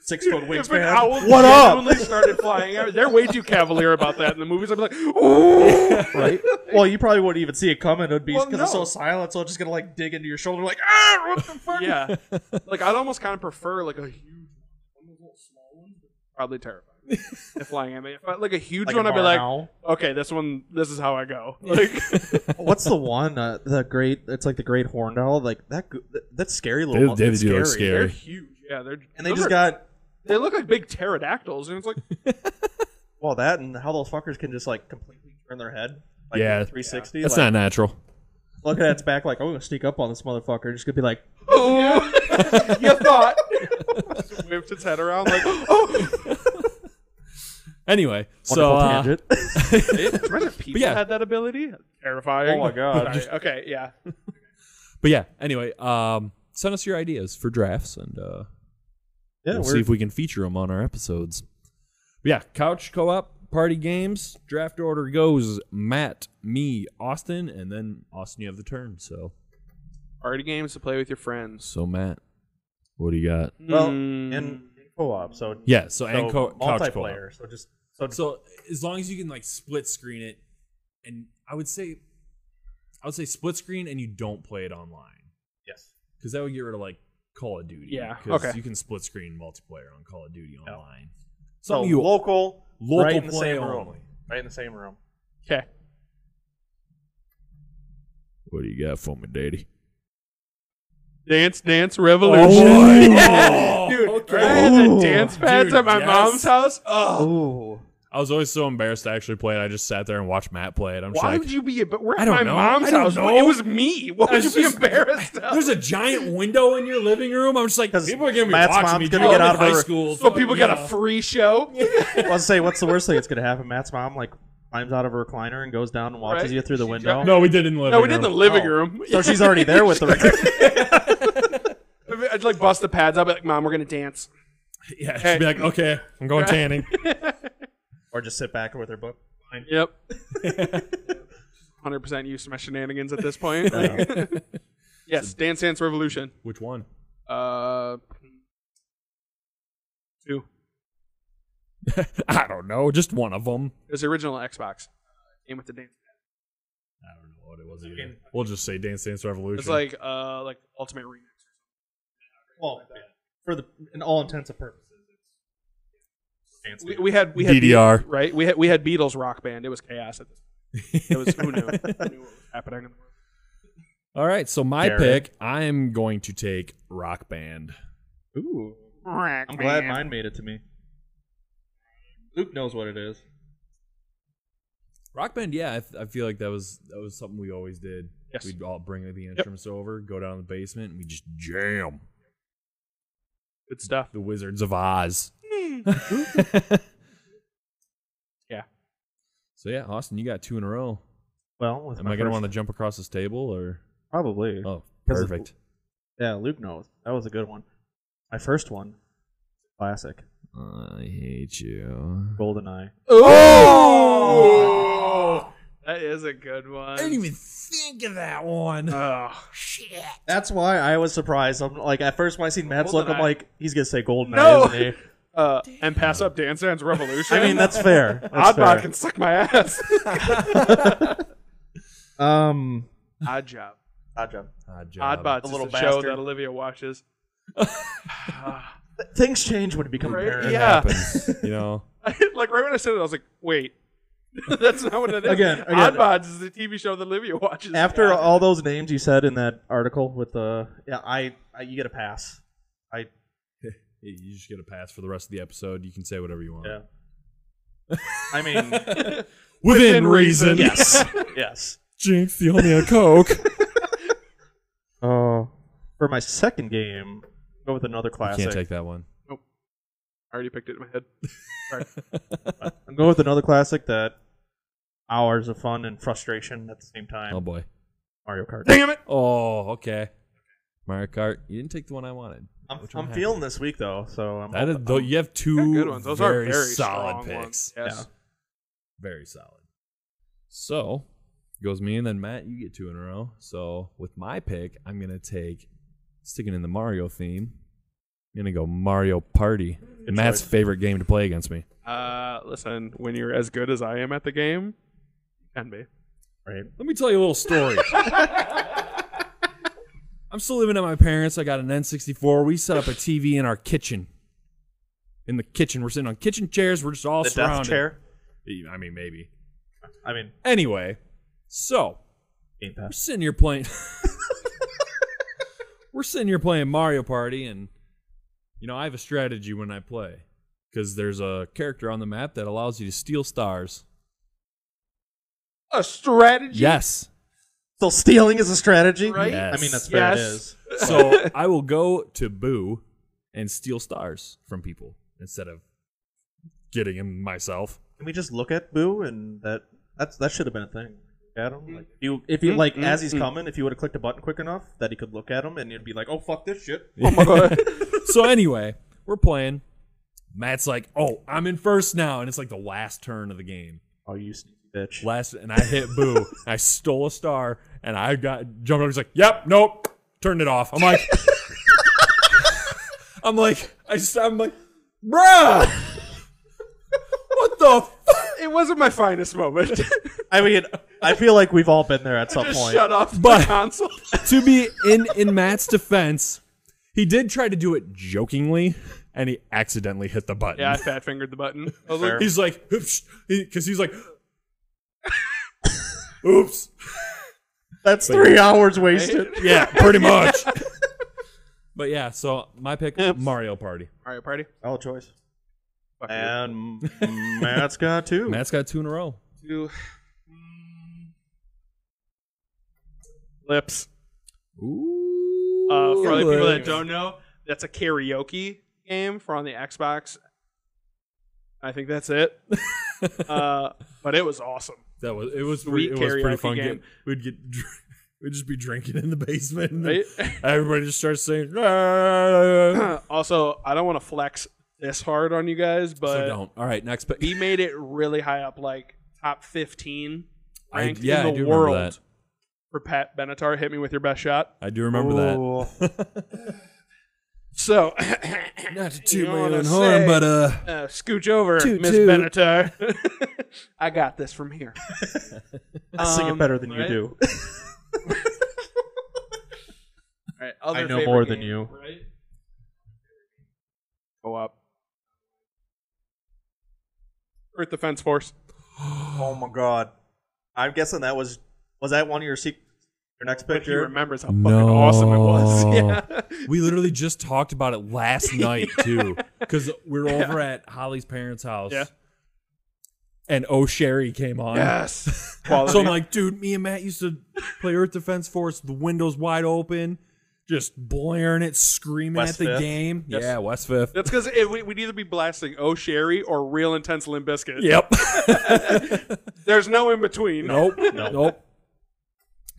six foot If an wingspan. owl what up? started flying out, they're way too cavalier about that in the movies. I'd be like, ooh. Right? Well, you probably wouldn't even see it coming. It would be Well, because it's no. so silent, so it's just going to like dig into your shoulder, like, ah, what the fuck? Yeah. Like, I'd almost kind of prefer, like, a huge one. One of those little small ones, but Probably terrifying. if flying at me. If I, like, a huge Like a one, I'd be barn like, owl. okay, this one, this is how I go. Like, What's the one? Uh, the great. It's like the great horned owl. Like that. go- that- That's scary They- little. they that's do scary. look they're scary. huge. Yeah, they're. And they those just are- got They look like big pterodactyls, and it's like, well that and how those fuckers can just like completely turn their head. Like Yeah. 360. That's not like, natural. Look at its back. Like I'm gonna sneak up on this motherfucker. Just gonna be like, oh, you thought. Just whipped its head around, like, oh. Anyway, so wonderful uh, tangent. Imagine if people yeah. had that ability. Terrifying. Oh my God. Sorry. Okay, yeah. but yeah. Anyway, um, send us your ideas for drafts, and uh, yeah, we'll we're, see if we can feature them on our episodes. But yeah, couch co-op party games. Draft order goes Matt, me, Austin, and then Austin. You have the turn. So, Party games to play with your friends. so Matt, what do you got? well Hmm. in co-op, so Yeah, so, and so co- couch co-op. multiplayer. So just so, So as long as you can like split screen it, and I would say, I would say split screen, and you don't play it online yes, because that would get rid of like Call of Duty. Yeah, 'cause okay. You can split screen multiplayer on Call of Duty Yeah. online. so Something you local, local right in the play same room, only. right in the same room. Okay. What do you got for me, Daddy? Dance Dance Revolution. Oh, Dude, okay. Oh. I had the Ooh. dance pads Dude, at my yes. mom's house. Oh, Oh, I was always so embarrassed to actually play it. I just sat there and watched Matt play it. I'm just why like, would you be? But we're I at don't my know. I mom's don't house. know. It was me. What would you That's be just- embarrassed of? there's a giant window in your living room. I'm just like, 'Cause people are gonna be Matt's watching mom's me. gonna dude. get I'm out in of her- high school. so fuck people got yeah. a free show. I'll say, what's the worst thing that's gonna happen? Matt's mom like climbs out of her recliner and goes down and watches Right. you through the She window. No, we did in the living no, we did in the room. living Oh. room. So she's already there with the recliner. I'd like bust the pads. I'd be like, Mom, we're gonna dance. Yeah, she'd Hey. be like, okay, I'm going tanning. or just sit back with her book. Yep. Hundred percent used to my shenanigans at this point. yes, Dance Dance Revolution. Which one? Uh, two. I don't know. Just one of them. It was the original Xbox. Came with the dance. I don't know what it was either. We'll just say Dance Dance Revolution. It's like uh like Ultimate Remix. Well, for the in all intents and purposes, it's We, we had we had DDR. Beatles, right? We had we had Beatles rock band. It was chaos at this. Point. It was who knew, who knew what was happening. in the world. all right. So my Derek. pick, I am going to take Rock Band. Ooh, I'm glad mine made it to me. Luke knows what it is. Rock Band, yeah, I, th- I feel like that was that was something we always did. Yes. We'd all bring the instruments over, go down to the basement, and we just jam Good stuff. the Wizards of Oz. Yeah. So yeah, Austin, you got two in a row. Well, with Am I gonna want to jump across this table or? probably? Oh, Because it- perfect. Yeah, Luke knows. That was a good one. My first one, classic, I hate you. Golden Eye. Oh, that is a good one. even think of that one. Oh. That's why I was surprised. I'm like, at first when I seen Matt's look, I'm GoldenEye. like, he's gonna say Golden No. Eye, isn't he? Uh, and pass up Dance Dance Revolution. I mean, that's fair. That's Oddbot fair. can suck my ass. Um, Odd job. odd job. Odd job. Oddbot's The is little the show bastard. that Olivia watches. Things change when you become a Right? parent. Yeah. Happens, you know. like right when I said it, I was like, wait, that's not what it is. Again, again. Oddbods is the TV show that Olivia watches. After Yeah. all those names you said in that article with the yeah, I, I you get a pass. I You just get a pass for the rest of the episode. You can say whatever you want. yeah. I mean, Within, Within reason. reason. Yes. yes. Jinx, the only on Coke. Oh, for my second game, go with another I classic. can't take that one. I already picked it in my head. I'm going with another classic that hours of fun and frustration at the same time. Oh boy. Mario Kart. Damn it! Oh, okay. Mario Kart. You didn't take the one I wanted. I'm, Which one I'm had feeling it? this week though, so I'm That is, hoping- though, you have They're two good ones. Those very, are very solid strong picks. Ones. Yes. Yeah. Very solid. So goes me and then Matt. You get two in a row. So with my pick, I'm gonna take sticking in the Mario theme. I'm gonna go Mario Party. Good Matt's choice. favorite game to play against me. Uh, listen, when you're as good as I am at the game, can be. right. Let me tell you a little story. I'm still living at my parents. I got an N64. We set up a TV in our kitchen. In the kitchen, we're sitting on kitchen chairs. We're just all The surrounded. death chair. I mean, maybe. I mean, Anyway, so Game we're Pass. sitting here playing. we're sitting here playing Mario Party, and you know I have a strategy when I play because there's a character on the map that allows you to steal stars. A strategy. Yes. So stealing is a strategy, Right? Yes. I mean, that's fair. Yes. It is. So I will go to Boo and steal stars from people instead of getting them myself. Can we just look at Boo and that? That's that should have been a thing. Look At him, like you, if Mm-hmm. you like, as he's coming, if you would have clicked a button quick enough, that he could look at him, and you'd be like, "Oh fuck this shit." Oh my god. So anyway, we're playing. Matt's like, "Oh, I'm in first now," and it's like the last turn of the game. Oh, you sneaky bitch. Last, and I hit Boo. I stole a star, and I got jumped up. He's like, "Yep, nope, turned it off." I'm like, I'm like, I just, I'm like, Bruh! what the fuck? It wasn't my finest moment. I mean, I feel like we've all been there at some Just point. shut off But- the console. to be in in Matt's defense, he did try to do it jokingly, and he accidentally hit the button. yeah, I fat fingered the button. I was like, Fair. he's like, oops, because he's like, oops. That's three hours wasted. Yeah, pretty much. but yeah, so my pick, Oops. Mario Party. Mario Party. All choice. Fuck you. And Matt's got two. Matt's got two in a row. Two. Mm. Lips. Ooh. Uh, for the people that don't know, that's a karaoke game for on the Xbox. I think that's it. uh, but it was awesome. that was it was Sweet pretty, it was pretty karaoke fun. game. Game. We'd get dr- we'd just be drinking in the basement, and then Right? everybody just starts saying. so also, I don't want to flex this hard on you guys, but don't. All right, next pick. he made it really high up, like top fifteen I, ranked yeah, I in the do remember world that. for Pat Benatar. Hit me with your best shot. I do remember that. So, that. Not to You toot my wanna own horn, say- but uh, uh, scooch over, Toot, Miss toot. Benatar. I got this from here. I sing it Um, better than you right? do. All right, other I know favorite more than game, you. Right? Go up. Earth Defense Force. Oh my god. I'm guessing that was was that one of your sec- your next But he picture? remembers how No. fucking awesome it was. Yeah. uh, we literally just talked about it last night too, because we were over at Holly's parents' house, Yeah. and Oh Sherry came on. Yes. Quality. So I'm like, dude, me and Matt used to play Earth Defense Force, the windows wide open, just blaring it, screaming West at the Fifth. game. Yes. Yeah, West Fifth. That's because we'd either be blasting Oh Sherry or Real Intense Limp Bizkit. Yep. There's no in between. nope. No. Nope.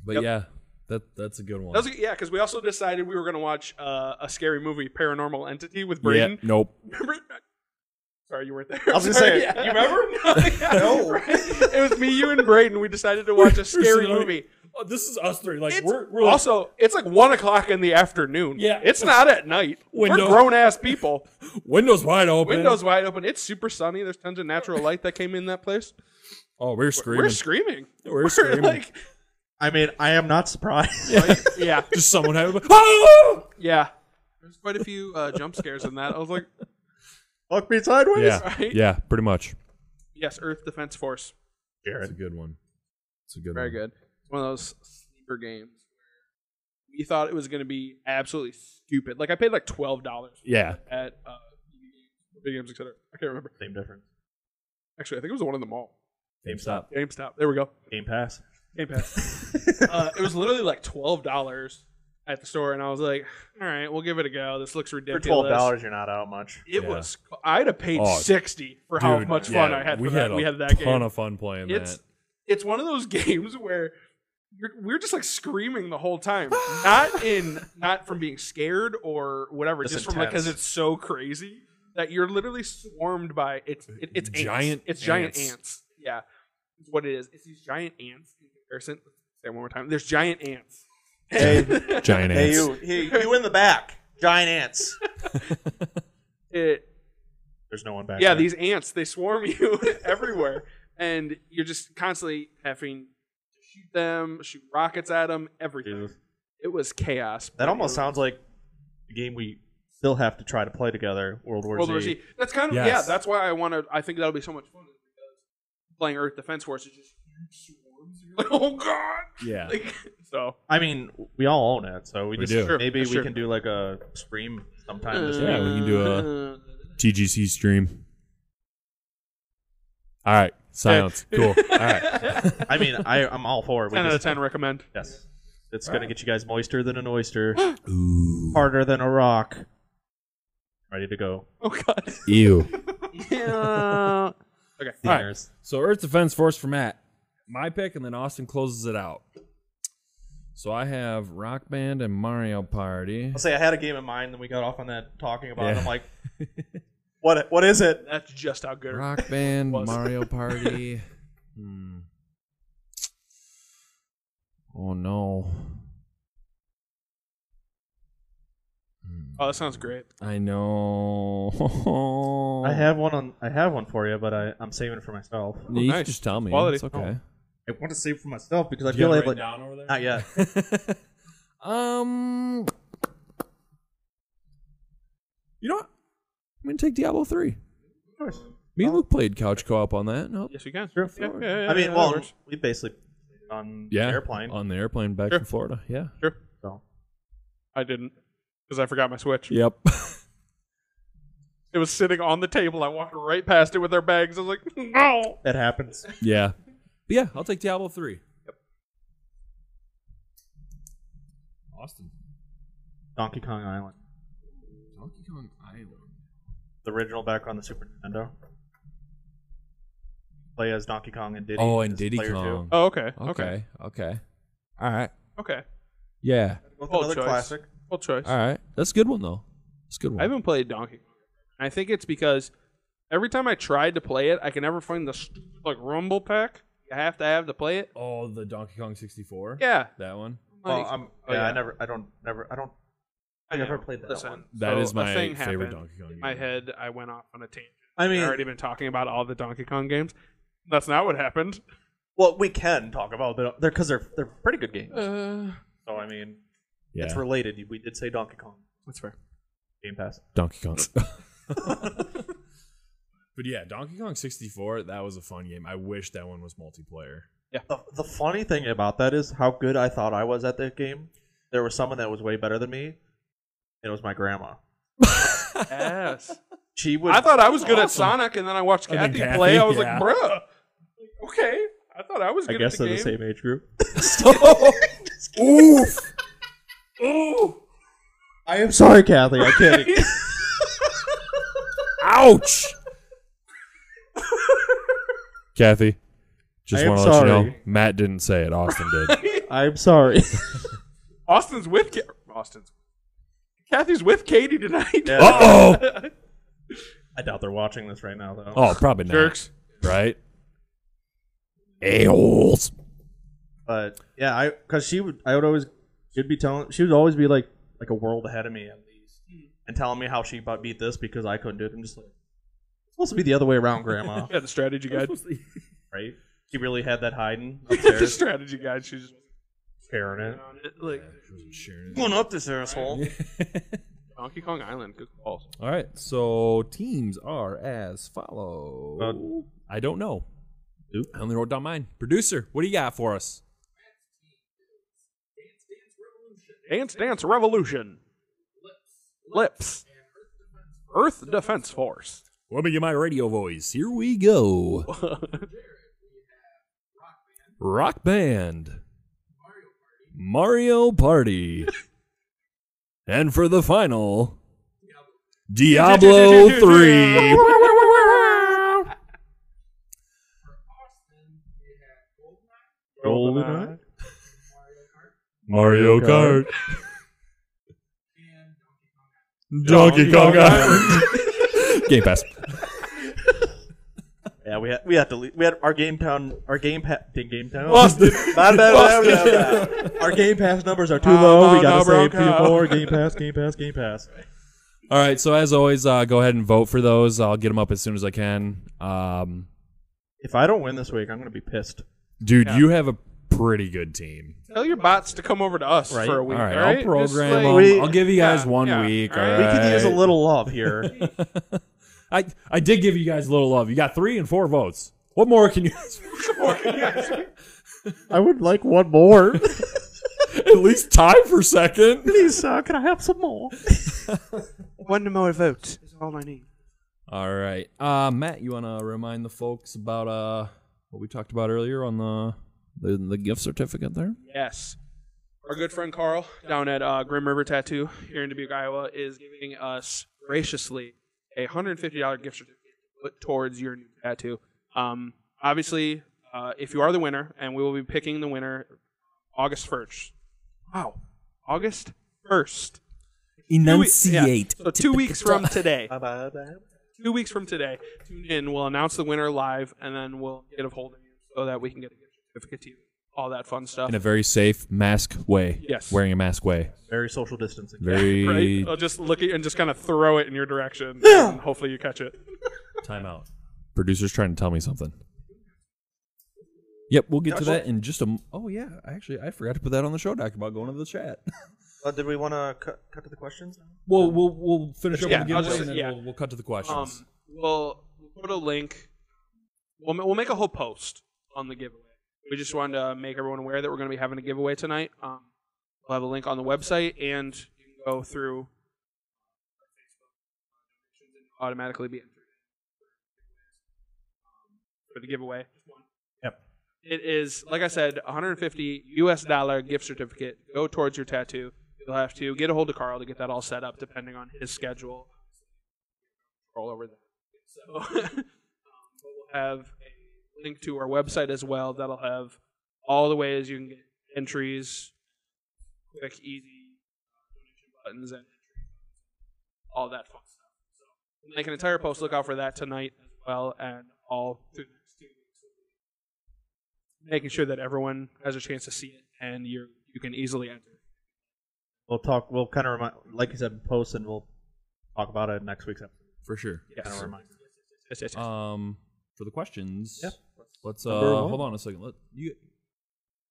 But Yep. yeah, that that's a good one. That was- yeah, because we also decided we were going to watch uh, a scary movie, Paranormal Entity, with yeah, Braden. nope. Remember? Sorry, you weren't there. was gonna Sorry, say, you remember? no. yeah, No. right. It was me, you, and Braden. We decided to watch a scary sitting on- movie. Oh, this is us three. Like It's we're, we're like, also, it's like one o'clock in the afternoon. Yeah. it's not at night. Window. We're grown ass people. windows wide open. Windows wide open. It's super sunny. There's tons of natural light that came in that place. Oh, we're screaming. We're screaming. We're screaming. like, I mean, I am not surprised. yeah, Just someone having. Oh! yeah. There's quite a few uh, jump scares in that. I was like, Fuck me sideways. Yeah. Right? Yeah. Pretty much. yes, Earth Defense Force. It's a good one. It's a good Very one. good. It's one of those sleeper games where you thought it was going to be absolutely stupid. Like I paid like twelve dollars Yeah. at uh, video games, etc. I can't remember. Same difference. Actually, I think it was the one in the mall. GameStop. GameStop. There we go. Game Pass. Game Pass. uh, it was literally like twelve dollars at the store, and I was like, "All right, we'll give it a go. This looks For ridiculous." twelve dollars, you're not out much. It Yeah. was. I'd have paid Oh, sixty for how Dude, much yeah, fun I had. We for had that. a we had that ton game. of fun playing it's that. it's one of those games where you're, we're just like screaming the whole time, not in not from being scared or whatever, Just just, from like because intense. it's so crazy that you're literally swarmed by it's it, it's ants. Giant it's giant ants. ants. Yeah, is what it is. It's these giant ants in comparison. Say it one more time. There's giant ants. Hey. Giant Hey, ants. you, hey, you in the back, giant ants. It, There's no one back. yeah, there. these ants they swarm you everywhere, and you're just constantly having to shoot them, shoot rockets at them, everything. Jesus. It was chaos. but That it almost was- sounds like the game we still have to try to play together. World War World Z. War Z. That's kind of yeah. Yes. That's why I want to. I think that'll be so much fun is because playing Earth Defense Force is just huge swarms. You're like, oh god. Yeah. Like, so I mean, we all own it, so we, We just do. Sure, maybe that's we true. can do like a stream sometime this Yeah, week. we can do a- Uh, TGC stream. All right. Silence. Cool. All right. I mean, I, I'm all for it. We ten out of just- ten recommend. Yes, it's gonna get you guys moister than an oyster, Ooh. harder than a rock. Ready to go. Oh god. Ew. Yeah. okay. All right. There's- So Earth Defense Force for Matt. My pick, and then Austin closes it out. So I have Rock Band and Mario Party. I'll say I had a game in mind, then we got off on that talking about. it. Yeah. I'm like, what? What is it? That's just how good. Rock Band, Was. Mario Party. hmm. Oh no. Hmm. Oh, that sounds great. I know. I have one on. I have one for you, but I, I'm saving it for myself. You can nice. just tell me. Quality. It's okay. I want to save it for myself because I feel like, like down over there. not yet. um, you know what? I'm gonna take Diablo three. Of course. Me and Luke played couch co-op on that. No, Yes, you can. Sure. Yeah, yeah, yeah, I mean, yeah, that well, works. we basically on yeah, Uh, the airplane. on the airplane back Sure. from Florida. Yeah. sure. so. I didn't because I forgot my Switch. Yep. It was sitting on the table. I walked right past it with our bags. I was like, no. It happens. yeah. But yeah, I'll take Diablo three. Yep. Austin, Donkey Kong Island. Donkey Kong Island. The original back on the Super Nintendo. Play as Donkey Kong and Diddy. Oh, as and Diddy player two. Kong. Oh, okay. Okay. Okay. Okay. All right. Okay. Yeah. Both Bold another choice. classic. Well, choice. All right. That's a good one though. That's a good one. I haven't played Donkey. Kong. I think it's because every time I tried to play it, I can never find the st- like Rumble Pack. You have to have to play it. Oh, the Donkey Kong 64? Yeah. That one? Well, Like, I'm, oh, Um, yeah, yeah. I never. I don't. Never. I don't. I never played that Listen, one. That so is a my thing favorite happened. Donkey Kong In my game. head, I went off on a tangent. I mean, We've already been talking about all the Donkey Kong games. That's not what happened. well, we can talk about them they're because they're they're pretty good games. Uh, So I mean, Yeah. it's related. We did say Donkey Kong that's fair. Game Pass. Donkey Kong. but yeah, Donkey Kong 64, that was a fun game. I wish that one was multiplayer. The, the funny thing about that is how good I thought I was at that game. There was someone that was way better than me, and it was my grandma. Yes. She would. I thought I was good at Awesome. Sonic, and then I watched And then Kathy, Kathy, play. I was yeah. like, bruh. Okay. I thought I was I good guess at they're the the game. same age group. Oof. Ooh. I am sorry, Kathy. I can't. e, Ouch. Kathy, just I am want to let you know, sorry. Matt didn't say it. Austin did. I'm sorry. Austin's with Ka- Austin's. Kathy's with Katie tonight. Yeah. Uh oh. I doubt they're watching this right now, though. Oh, probably not. Jerks. Right? Ales. But yeah, I because she would. I would always. She'd be telling. She would always be like like a world ahead of me at least, and telling me how she bu- beat this because I couldn't do it. I'm just like. It's supposed to be the other way around, Grandma. Yeah, the strategy guide. right? She really had that hiding the upstairs, strategy guide. She's just tearing it. like Going up this asshole. Donkey Kong Island. Good call. All right, so teams are as follows. Uh, I don't know. Oop. I only wrote down mine. Producer, what do you got for us? Dance Dance Revolution. Lips. Earth Defense Force. Let me get my radio voice. Here we go. Rock band. Mario Party. and for the final, Diablo 3. Goldeneye. Mario Kart. Donkey Kong Island. Game Pass. Yeah, we had we had to leave. we had our game town our game pa- ding game town. Austin. Blah, blah, blah, blah, blah. our game pass numbers are too Oh, low. no, we gotta no, save bro, people. no. Our game pass, game pass, game pass. All right, so as always, uh, go ahead and vote for those. I'll get them up as soon as I can. Um, If I don't win this week, I'm gonna be pissed. dude, you have a pretty good team. Tell your bots to come over to us Right. for a week. all right, I'll Just, program like- 'em. We- I'll give you guys yeah, one yeah, week. all all right. right. We could use a little love here. I I did give you guys a little love. You got three and four votes. What more can you? I would like one more. At least tie for second. Please, uh, can I have some more? One more vote is all I need. All right, uh, Matt, you want to remind the folks about uh what we talked about earlier on the the, the gift certificate there? Yes. Our good friend Carl down at uh, Grim River Tattoo here in Dubuque, Iowa, is giving us graciously a $150 gift certificate to put towards your new tattoo. Um, obviously, uh, if you are the winner, and we will be picking the winner August 1st. Wow. August 1st. Two we- yeah. So two weeks from today. Two weeks from today. Tune in. We'll announce the winner live, and then we'll get a hold of you so that we can get a gift certificate to you. all that fun stuff. in a very safe mask way. Yes. Wearing a mask way. Very social distancing. Very Right? I'll just look at you and just kind of throw it in your direction, and hopefully you catch it. timeout. Producer's trying to tell me something. Yep, we'll get to that in just a. m- Oh yeah, actually, I forgot to put that on the show doc about going to the chat. Uh, did we want to cut, cut to the questions? well, we'll we'll finish up Yeah, with the I'll giveaway just- and then yeah. we'll, we'll cut to the Um, questions. we'll, we'll put a link. We'll, ma- we'll make a whole post on the giveaway. We just wanted to make everyone aware that we're going to be having a giveaway tonight. Um, we'll have a link on the website, and you can go through uh, automatically be entered for the giveaway. Yep. It is, like I said, 150 US dollar gift certificate. Go towards your tattoo. You'll have to get a hold of Carl to get that all set up, depending on his schedule. Roll over that. So, um, but we'll have a link to our website as well. That'll have all the ways you can get entries, quick, easy uh, donation buttons, and all that fun stuff. So, we'll make an entire post. Look out for that tonight as well, and all through the next two weeks. We'll be making sure that everyone has a chance to see it and you you can easily enter. We'll talk. We'll kind of remind, like you said, post and we'll talk about it next week's episode. For sure. Kind of remind. Yes, yes, yes. Um, for the questions. Yeah. Let's uh, Number one. hold on a second. Let you.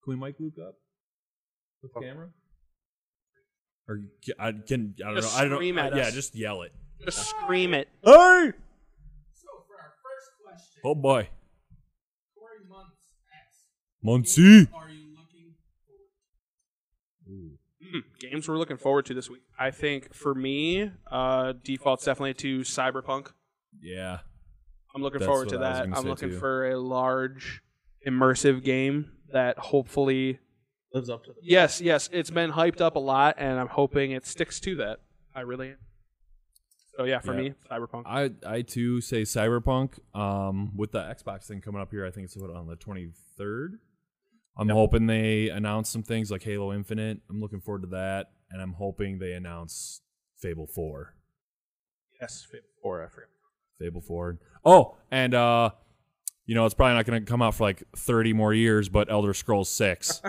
Can we mic Luke up with the camera? Or ca- I can I don't Just know I don't scream know. at yeah us. just yell it. Just scream it. So Hey! for our first question, Oh boy, Corey Muntz asks, Muncie. "Are you looking forward Hmm, Games we're looking forward to this week. I think for me, uh, default's definitely to Cyberpunk. Yeah. I'm looking That's forward to what I was that. gonna I'm say looking too. for a large, immersive game that hopefully, Lives up to the. yes, yes, it's been hyped up a lot, and I'm hoping it sticks to that. I really am. So yeah, for Yeah. me, Cyberpunk. I I too say Cyberpunk. Um, with the Xbox thing coming up here, I think it's what, on the twenty third. I'm hoping they announce some things like Halo Infinite. I'm looking forward to that, and I'm hoping they announce Fable Four. Yes, or I forgot. Fable Four. Oh, and uh, you know it's probably not going to come out for like thirty more years, but Elder Scrolls Six.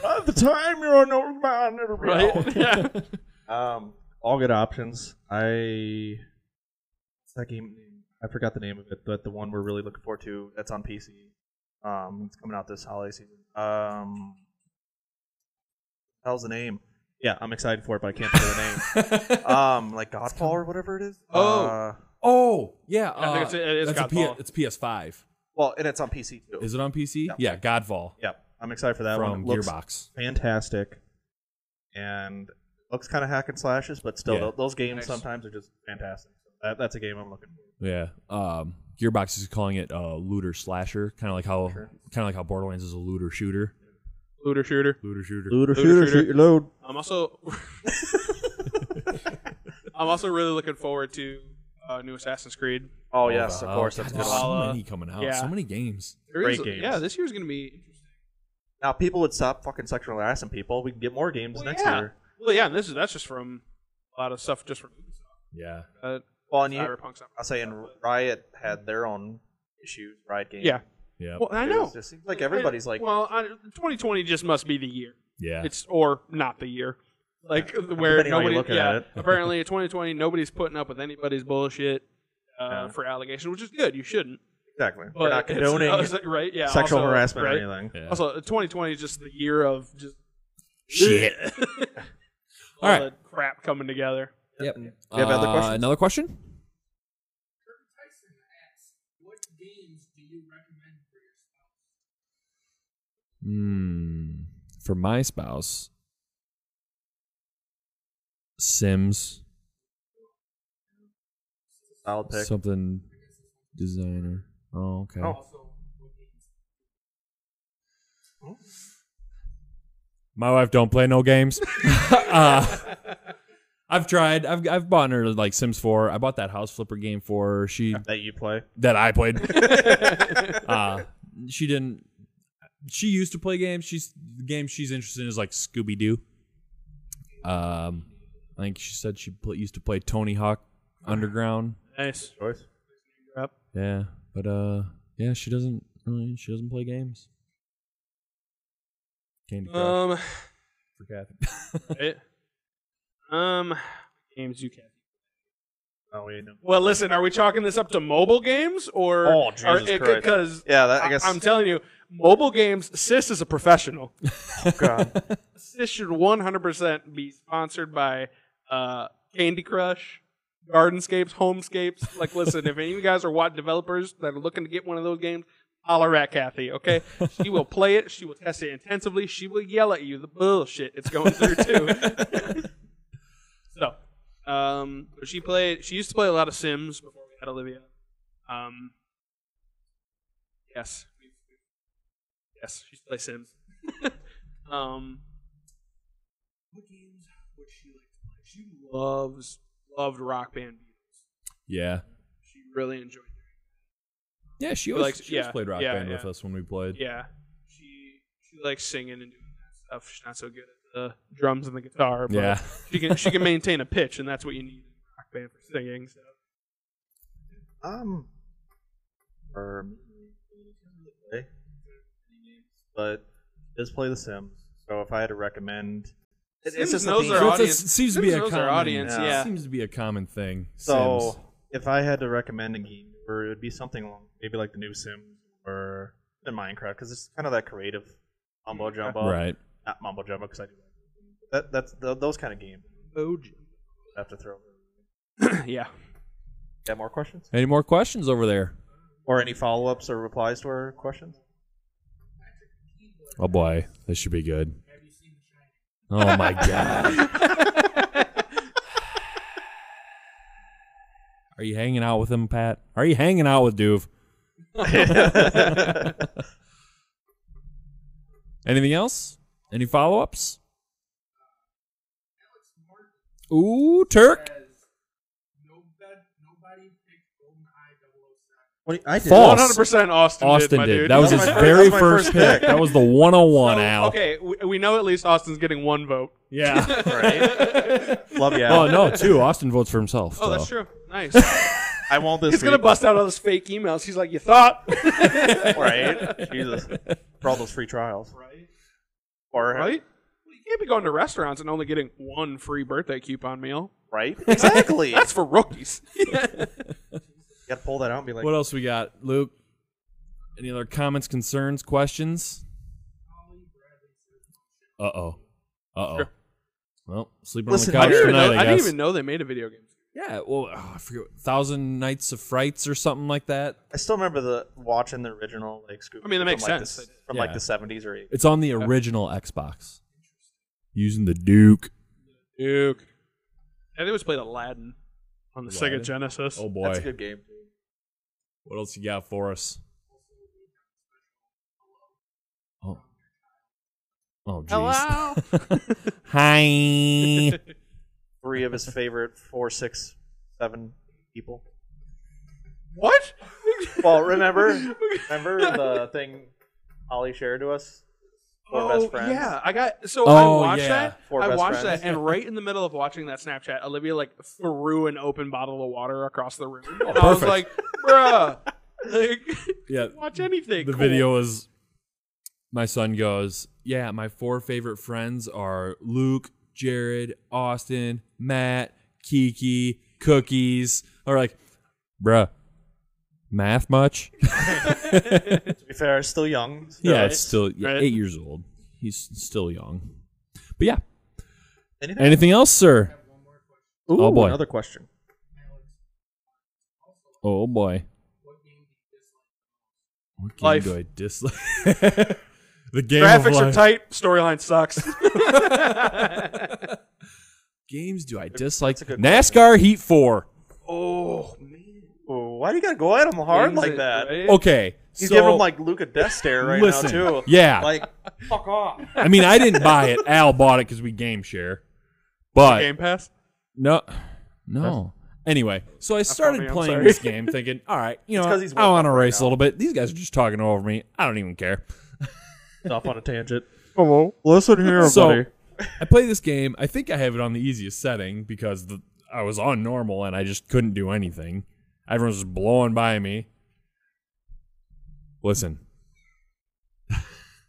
By the time you're on over my Right? yeah. Um, All good options. I. What's that game name? I forgot the name of it, but the one we're really looking forward to that's on PC. Um, it's coming out this holiday season. Um, how's the name? Yeah, I'm excited for it, but I can't remember the name. Um, like Godfall or whatever it is. Oh. Uh, oh yeah, I think it's- it is Uh, that's a Godfall. P- it's PS Five. well, and it's on PC too. Is it on PC? Yeah. Yeah, Godfall yeah, I'm excited for that one. from It looks Gearbox. fantastic, and looks kind of hack and slashes, but still, Yeah. tho- those games Nice. sometimes are just fantastic. So that, that's a game I'm looking for. Yeah. Um, Gearbox is calling it a looter slasher, kind of like how kind of like how Borderlands is a looter shooter. Looter shooter. Looter shooter. Looter, shooter, shooter. shoot your load. I'm also I'm also really looking forward to uh, new Assassin's Creed. oh yes, of course, that's a God, good so one. one. many coming out. Yeah. So many games. There Great is- games. Yeah, this year's gonna be interesting. Now people would stop fucking sexually harassing people. We can get more games Well, next yeah. year. Well, yeah, and this is that's just from a lot of stuff just from Yeah. uh, Well, and you, Cyberpunk stuff. I'm saying Riot had their own issues. Riot Games. Yeah, Yeah. well, I It know. was just seems like everybody's like, well, I, 2020 just must be the year. yeah. It's or not the year, like where Depending how you nobody. look at yeah, it. apparently, in 2020, nobody's putting up with anybody's bullshit uh, Yeah. for allegations, which is good. You shouldn't. exactly, But we're not it's- condoning I was like, right? Yeah, sexual also, harassment right? or anything. Yeah. Also, 2020 is just the year of just Shit. all All right. the crap coming together. Yep. Do you have other Uh, questions? another question? Kirk Tyson asks, "What games do you recommend for your spouse?" Hmm. For my spouse, Sims, Solid pick. something designer. Oh, okay. Oh. My wife don't play no games. Uh, I've tried. I've I've bought her like Sims 4. I bought that house flipper game for her. She That you play. that I played. uh, she didn't. She used to play games. She's the game she's interested in is like Scooby Doo. Um, I think she said she pl- used to play Tony Hawk Underground. Nice. Choice. Yeah, but uh, yeah, she doesn't really. She doesn't play games. Candy Crush Um, for Kathy. right? um, games you can. Oh, we didn't. Well, listen, are we chalking this up to mobile games or? Oh, Jesus Christ. Because Yeah, that, I guess. I'm telling you, mobile games. Sis is a professional. uh, God. Sis should 100% be sponsored by uh, Candy Crush, Gardenscapes, Homescapes. Like, listen, if any of you guys are what developers that are looking to get one of those games, holler at Kathy. Okay, she will play it. She will test it intensively. She will yell at you the bullshit it's going through too. so, um, but she played. She used to play a lot of Sims before we had Olivia. Um, yes, we- we- yes, she used to play Sims. um, what games would she like to play? She loves loved Rock Band Beatles. yeah. She really enjoyed it. Yeah, she Who always, likes- she always yeah, played Rock yeah, Band yeah. with us when we played. Yeah, she she likes singing and doing that stuff. She's not so good at the drums and the guitar, but Yeah. she can she can maintain a pitch, and that's what you need in Rock Band for singing. So um. Or, but just play The Sims. So if I had to recommend, it- Sims it's just knows something- their So it's a- audience- seems to be Sims a knows our common audience, yeah. seems to be a common thing. So Sims. if I had to recommend a game, or it would be something along maybe like the new Sims or in Minecraft, because it's kind of that creative mumbo jumbo, right. Not mumbo jumbo, because I do that. That's th- those kind of games. I have to throw. yeah, Got more questions? Any more questions over there? Or any follow ups or replies to our questions? Oh boy, this should be good. Oh my god. Are you hanging out with him, Pat? Are you hanging out with Duve? Anything else? Any follow ups? Ooh, Turk. What do you- I did. False. one hundred percent Austin. did, Austin my did. Dude. That was his That's my- very that's my first first pick. pick. That was the 101, Al. Okay, we, we know at least Austin's getting one vote. Yeah. Love you. oh, Al. no, two. Austin votes for himself. Oh, that's so. true. Nice. I won't this He's gonna week, bust out all those fake emails. He's like, "You thought?" right? Jesus, for all those free trials, right? or Right? Well, You can't be going to restaurants and only getting one free birthday coupon meal. right? Exactly. you That's for rookies. got to pull that out and be like, What else we got, Luke? Any other comments, concerns, questions? Uh oh. Uh oh. Sure. Well, sleeping Listen, I on the couch didn't, even tonight, know, I I didn't guess. even know they made a video game. Yeah, well, oh, I forget. Thousand Nights of Frights or something like that. I still remember the watching the original like Scooby. I mean, that makes from, like, the sense. s- from like Yeah. the seventies or 80s. It's on the original Xbox. Using the Duke. Duke. I think it was played Aladdin on the Aladdin? Sega Genesis. Oh That's a boy. good game. What else you got for us? Oh. Oh jeez. Hello. Hi. Three of his favorite four, six, seven people. what? Well, remember, remember the thing Ollie shared to us. Four oh, best friends. Yeah, I got so Oh, I watched yeah. that. Four I best watched friends. that, and right in the middle of watching that Snapchat, Olivia like threw an open bottle of water across the room. And I was Oh, perfect. like, "Bruh, like, yeah. watch anything." the cool. video is my son goes, Yeah, my four favorite friends are Luke, Jared, Austin, Matt, Kiki, Cookies. Or like, bruh, math much? To be fair, still young. yeah, Right. it's still yeah, Right. eight years old. He's still young. But yeah. Anything? Anything else, sir? Ooh, oh, boy. Another question. Oh boy. What game Life. do I dislike? the game of Graphics are life. tight. Storyline sucks. Games do I dislike? That's a good NASCAR Heat 4. oh man, Ooh, Why do you gotta go at him hard Games like that? right? Okay. He's so, giving him like Luke a death stare right listen, now too. Yeah. Like I mean, I didn't buy it. Al bought it because we game share. But Game Pass. no, no. Anyway, so I started me, I'm playing sorry. this game thinking, all right, you know, 'cause he's I want to woke up right race a now. little bit. These guys are just talking over me. I don't even care. off on a tangent. Hello. Listen here, so buddy. I play this game. I think I have it on the easiest setting because the, I was on normal and I just couldn't do anything. Everyone was just blowing by me. Listen,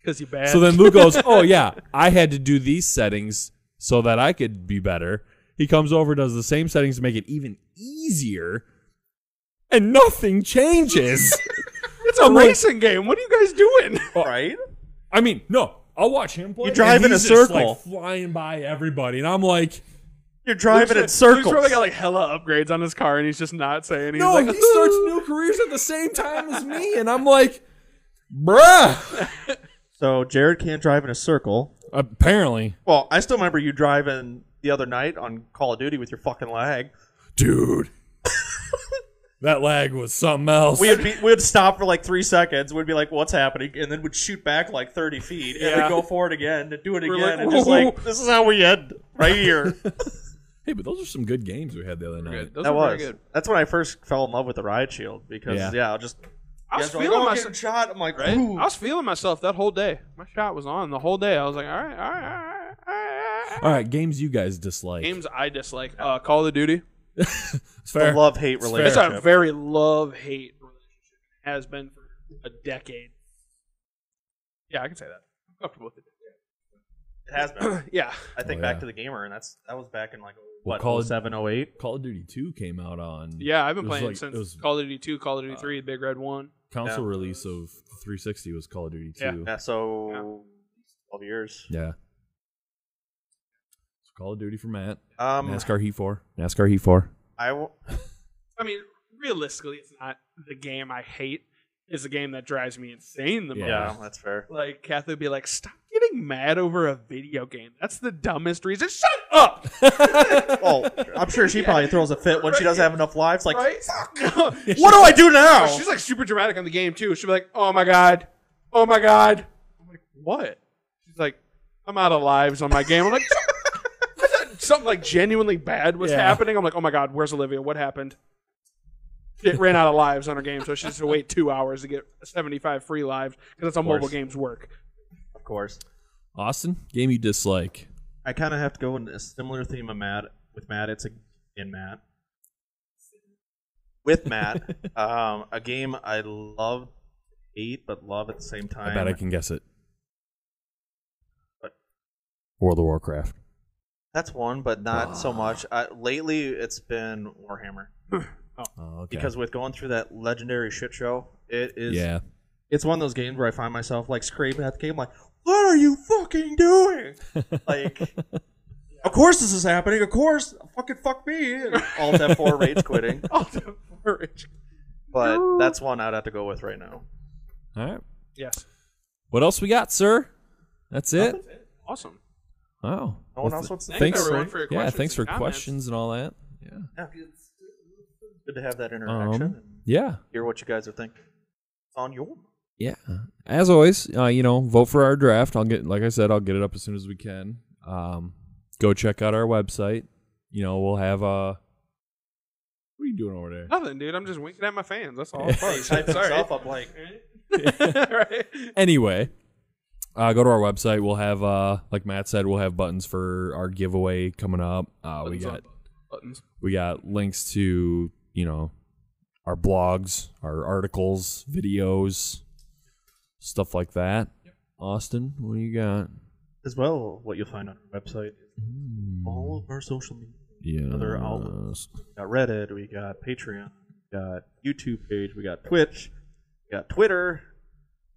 because you bad. So then Luke goes, "Oh yeah, I had to do these settings so that I could be better." He comes over, does the same settings to make it even easier, and nothing changes. it's a I'm like- racing game. What are you guys doing? right? I mean, no, I'll watch him play. You drive and in a he's just, like, circle. flying by everybody, and I'm like, You're driving in He's circles. probably got like hella upgrades on his car, and he's just not saying. He's "No, like, he starts new careers at the same time as me," and I'm like, "Bruh." so Jared can't drive in a circle. Apparently, Well, I still remember you driving the other night on Call of Duty with your fucking lag. dude, that lag was something else. We would be, we would stop for like three seconds. We'd be like, "What's happening?" And then would shoot back like thirty feet, and Yeah. then go forward again, and do it We're again, like, and just "Whoa." like, "This is how we end right here." hey, but those are some good games we had the other night. Good. Those that are very was good. that's when I first fell in love with the ride shield because Yeah. yeah, I'll just I was guys are like, feeling "Oh, I'm myself. getting shot. I'm like, Right? "Ooh." I was feeling myself that whole day. My shot was on the whole day. I was like, all right, all right, all right, all right. all right." All right, games you guys dislike. Games I dislike. Uh, Call of Duty. It's the fair. love hate fair. It's relationship. a very love hate relationship. It has been for a decade. Yeah, I can say that. I'm comfortable with it. It has been. yeah. I think Oh, yeah. back to the gamer, and that's that was back in like Well, what Call of- 07, 08? Call of Duty 2 came out on Yeah, I've It been was playing like- since it was- Uh, Call of Duty 2, Call of Duty 3, Big Red 1. console Yeah. release of 360 was Call of Duty 2. Yeah. Yeah, so twelve years. Yeah. So Call of Duty for Matt. Um, NASCAR Heat 4. NASCAR Heat 4. I w- I mean, realistically, it's not the game I hate. It's the game that drives me insane the most. yeah, that's fair. Like, Kathy would be like, stop getting mad over a video game. That's the dumbest reason. Shut up! Well, I'm sure she probably throws a fit when she doesn't have enough lives. Like, Right? what do I do now? She's like super dramatic on the game, too. She'll be like, oh my god. Oh my god. I'm like, what? She's like, I'm out of lives on my game. I'm like, I thought something like genuinely bad was Yeah. happening. I'm like, oh my god, where's Olivia? What happened? It ran out of lives on her game, so she has to wait two hours to get 75 free lives because that's how mobile course. games work. Of course. Austin, game you dislike. I kind of have to go in a similar theme of Matt. With Matt, it's a in Matt. With Matt, um, a game I love, hate, but love at the same I, time. bet I can guess it. What? World of Warcraft. That's one, but not Ah. so much. I, lately, it's been Warhammer Oh, okay. because with going through that legendary shit show, it is. yeah. It's one of those games where I find myself like scraping at the game, like, "What are you fucking doing?" like, of course this is happening. Of course, fucking fuck me. And all that four rage quitting. Ultimate Warrior. but that's one I'd have to go with right now. All right. yes. What else we got, sir? That's it. Oh. Awesome. Wow. No one Well, else wants to. Thanks everyone, for, for your yeah. questions Thanks and for comments. questions and all that. Yeah, it's Good to have that Um, interaction and yeah. hear what you guys are thinking. It's on your. yeah as always uh, you know vote for our draft i'll get like i said i'll get it up as soon as we can um, go check out our website you know we'll have uh what are you doing over there Nothing, dude. I'm just winking at my fans. That's all. Sorry. up like right? anyway uh, go to our website we'll have uh, like matt said we'll have buttons for our giveaway coming up uh, we got Buttons. we got links to you know our blogs our articles videos stuff like that austin what do you got as well. What you'll find on our website, all of our social media. yeah Other outlets. We got Reddit. We got Patreon. We got YouTube page. We got Twitch. We got Twitter.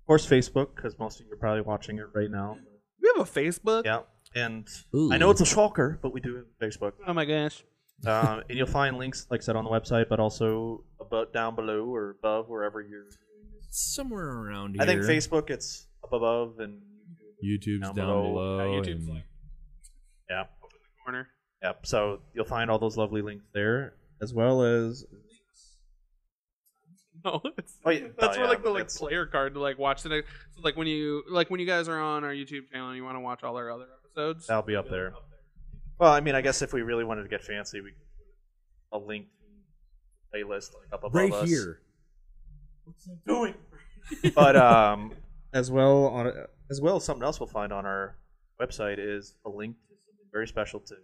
Of course, Facebook, because most of you are probably watching it right now. We have a Facebook. Yeah, and Ooh. I know it's a shocker, but we do have Facebook. Oh my gosh. um, and you'll find links, like I said, on the website, but also about down below or above, wherever you're. somewhere around here. I think Facebook, it's up above, and YouTube's down, down below. below. YouTube's and- like- yeah, Corner. yep. So you'll find all those lovely links there, as well as No, it's, Oh, yeah. that's where Oh, yeah, like the but like it's- player card to like watch the next. So, like when you like when you guys are on our YouTube channel and you want to watch all our other episodes. that'll be up there. Well, I mean, I guess if we really wanted to get fancy, we could put a link to the playlist like up above us. But um, as well on as well as something else we'll find on our website is a link to something very special to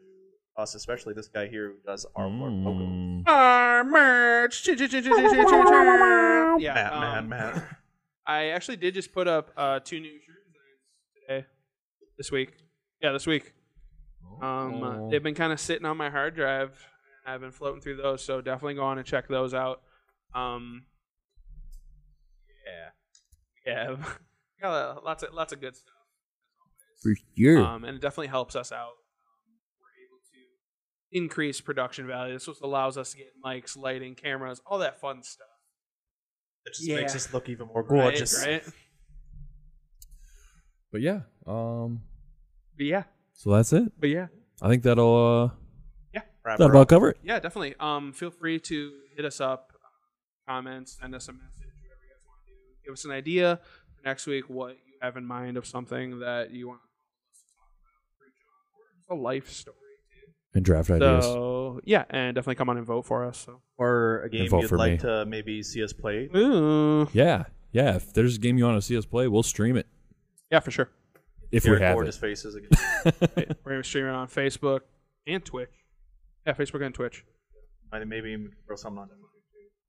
us, especially this guy here who does our logo. Mm. Our merch. Yeah, Matt, um, Matt, Matt. I actually did just put up uh, two new shirt designs Hey, this week. Yeah, this week. Um, uh, they've been kind of sitting on my hard drive. I've been floating through those, so definitely go on and check those out. Um, yeah, yeah, got a- lots of lots of good stuff. For sure. Um, and it definitely helps us out. Um, we're able to increase production value. This is what allows us to get mics, lighting, cameras, all that fun stuff. It just Yeah. makes us look even more right? gorgeous. right? But yeah, um, But yeah, so that's it. but yeah. I think that'll uh, Wrap that'll her up. about cover it. Yeah, definitely. Um, feel free to hit us up, um, comments, send us a message, whatever you guys want to do. Give us an idea for next week what you have in mind of something that you want us to talk about. Reach out for it. It's a life story too. And draft ideas. So yeah, and definitely come on and vote for us. So Or a game Info you'd for like me. to maybe see us play. Ooh. Yeah, yeah. If there's a game you want to see us play, we'll stream it yeah, for sure. if Your we have gorgeous it. faces again. We're gonna stream it on Facebook and Twitch. Yeah, Facebook and Twitch. Might- maybe even throw something on.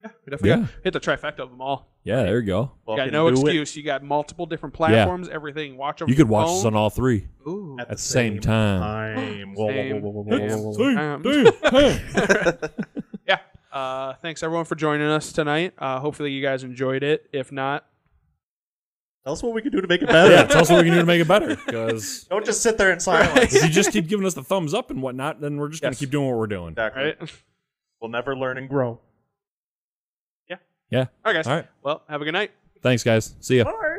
We definitely Yeah. got- hit the trifecta of them all. Yeah, there you go. You Fucking got no do it excuse. You got multiple different platforms. Everything. Watch them. You could watch us on all three Ooh. at the same, time. time. Whoa, whoa, whoa, Same. whoa, whoa, whoa, whoa, whoa, whoa. Um, time. yeah. Uh, thanks everyone for joining us tonight. Uh, hopefully you guys enjoyed it. If not, Tell us what we can do to make it yeah, better. tell us what we can do to make it better. Because Don't just sit there in silence. if you just keep giving us the thumbs up and whatnot, then we're just gonna Yes. keep doing what we're doing. Exactly. right? We'll never learn and grow. Yeah. All right, guys. All right. Well, have a good night. Thanks, guys. See ya. Bye.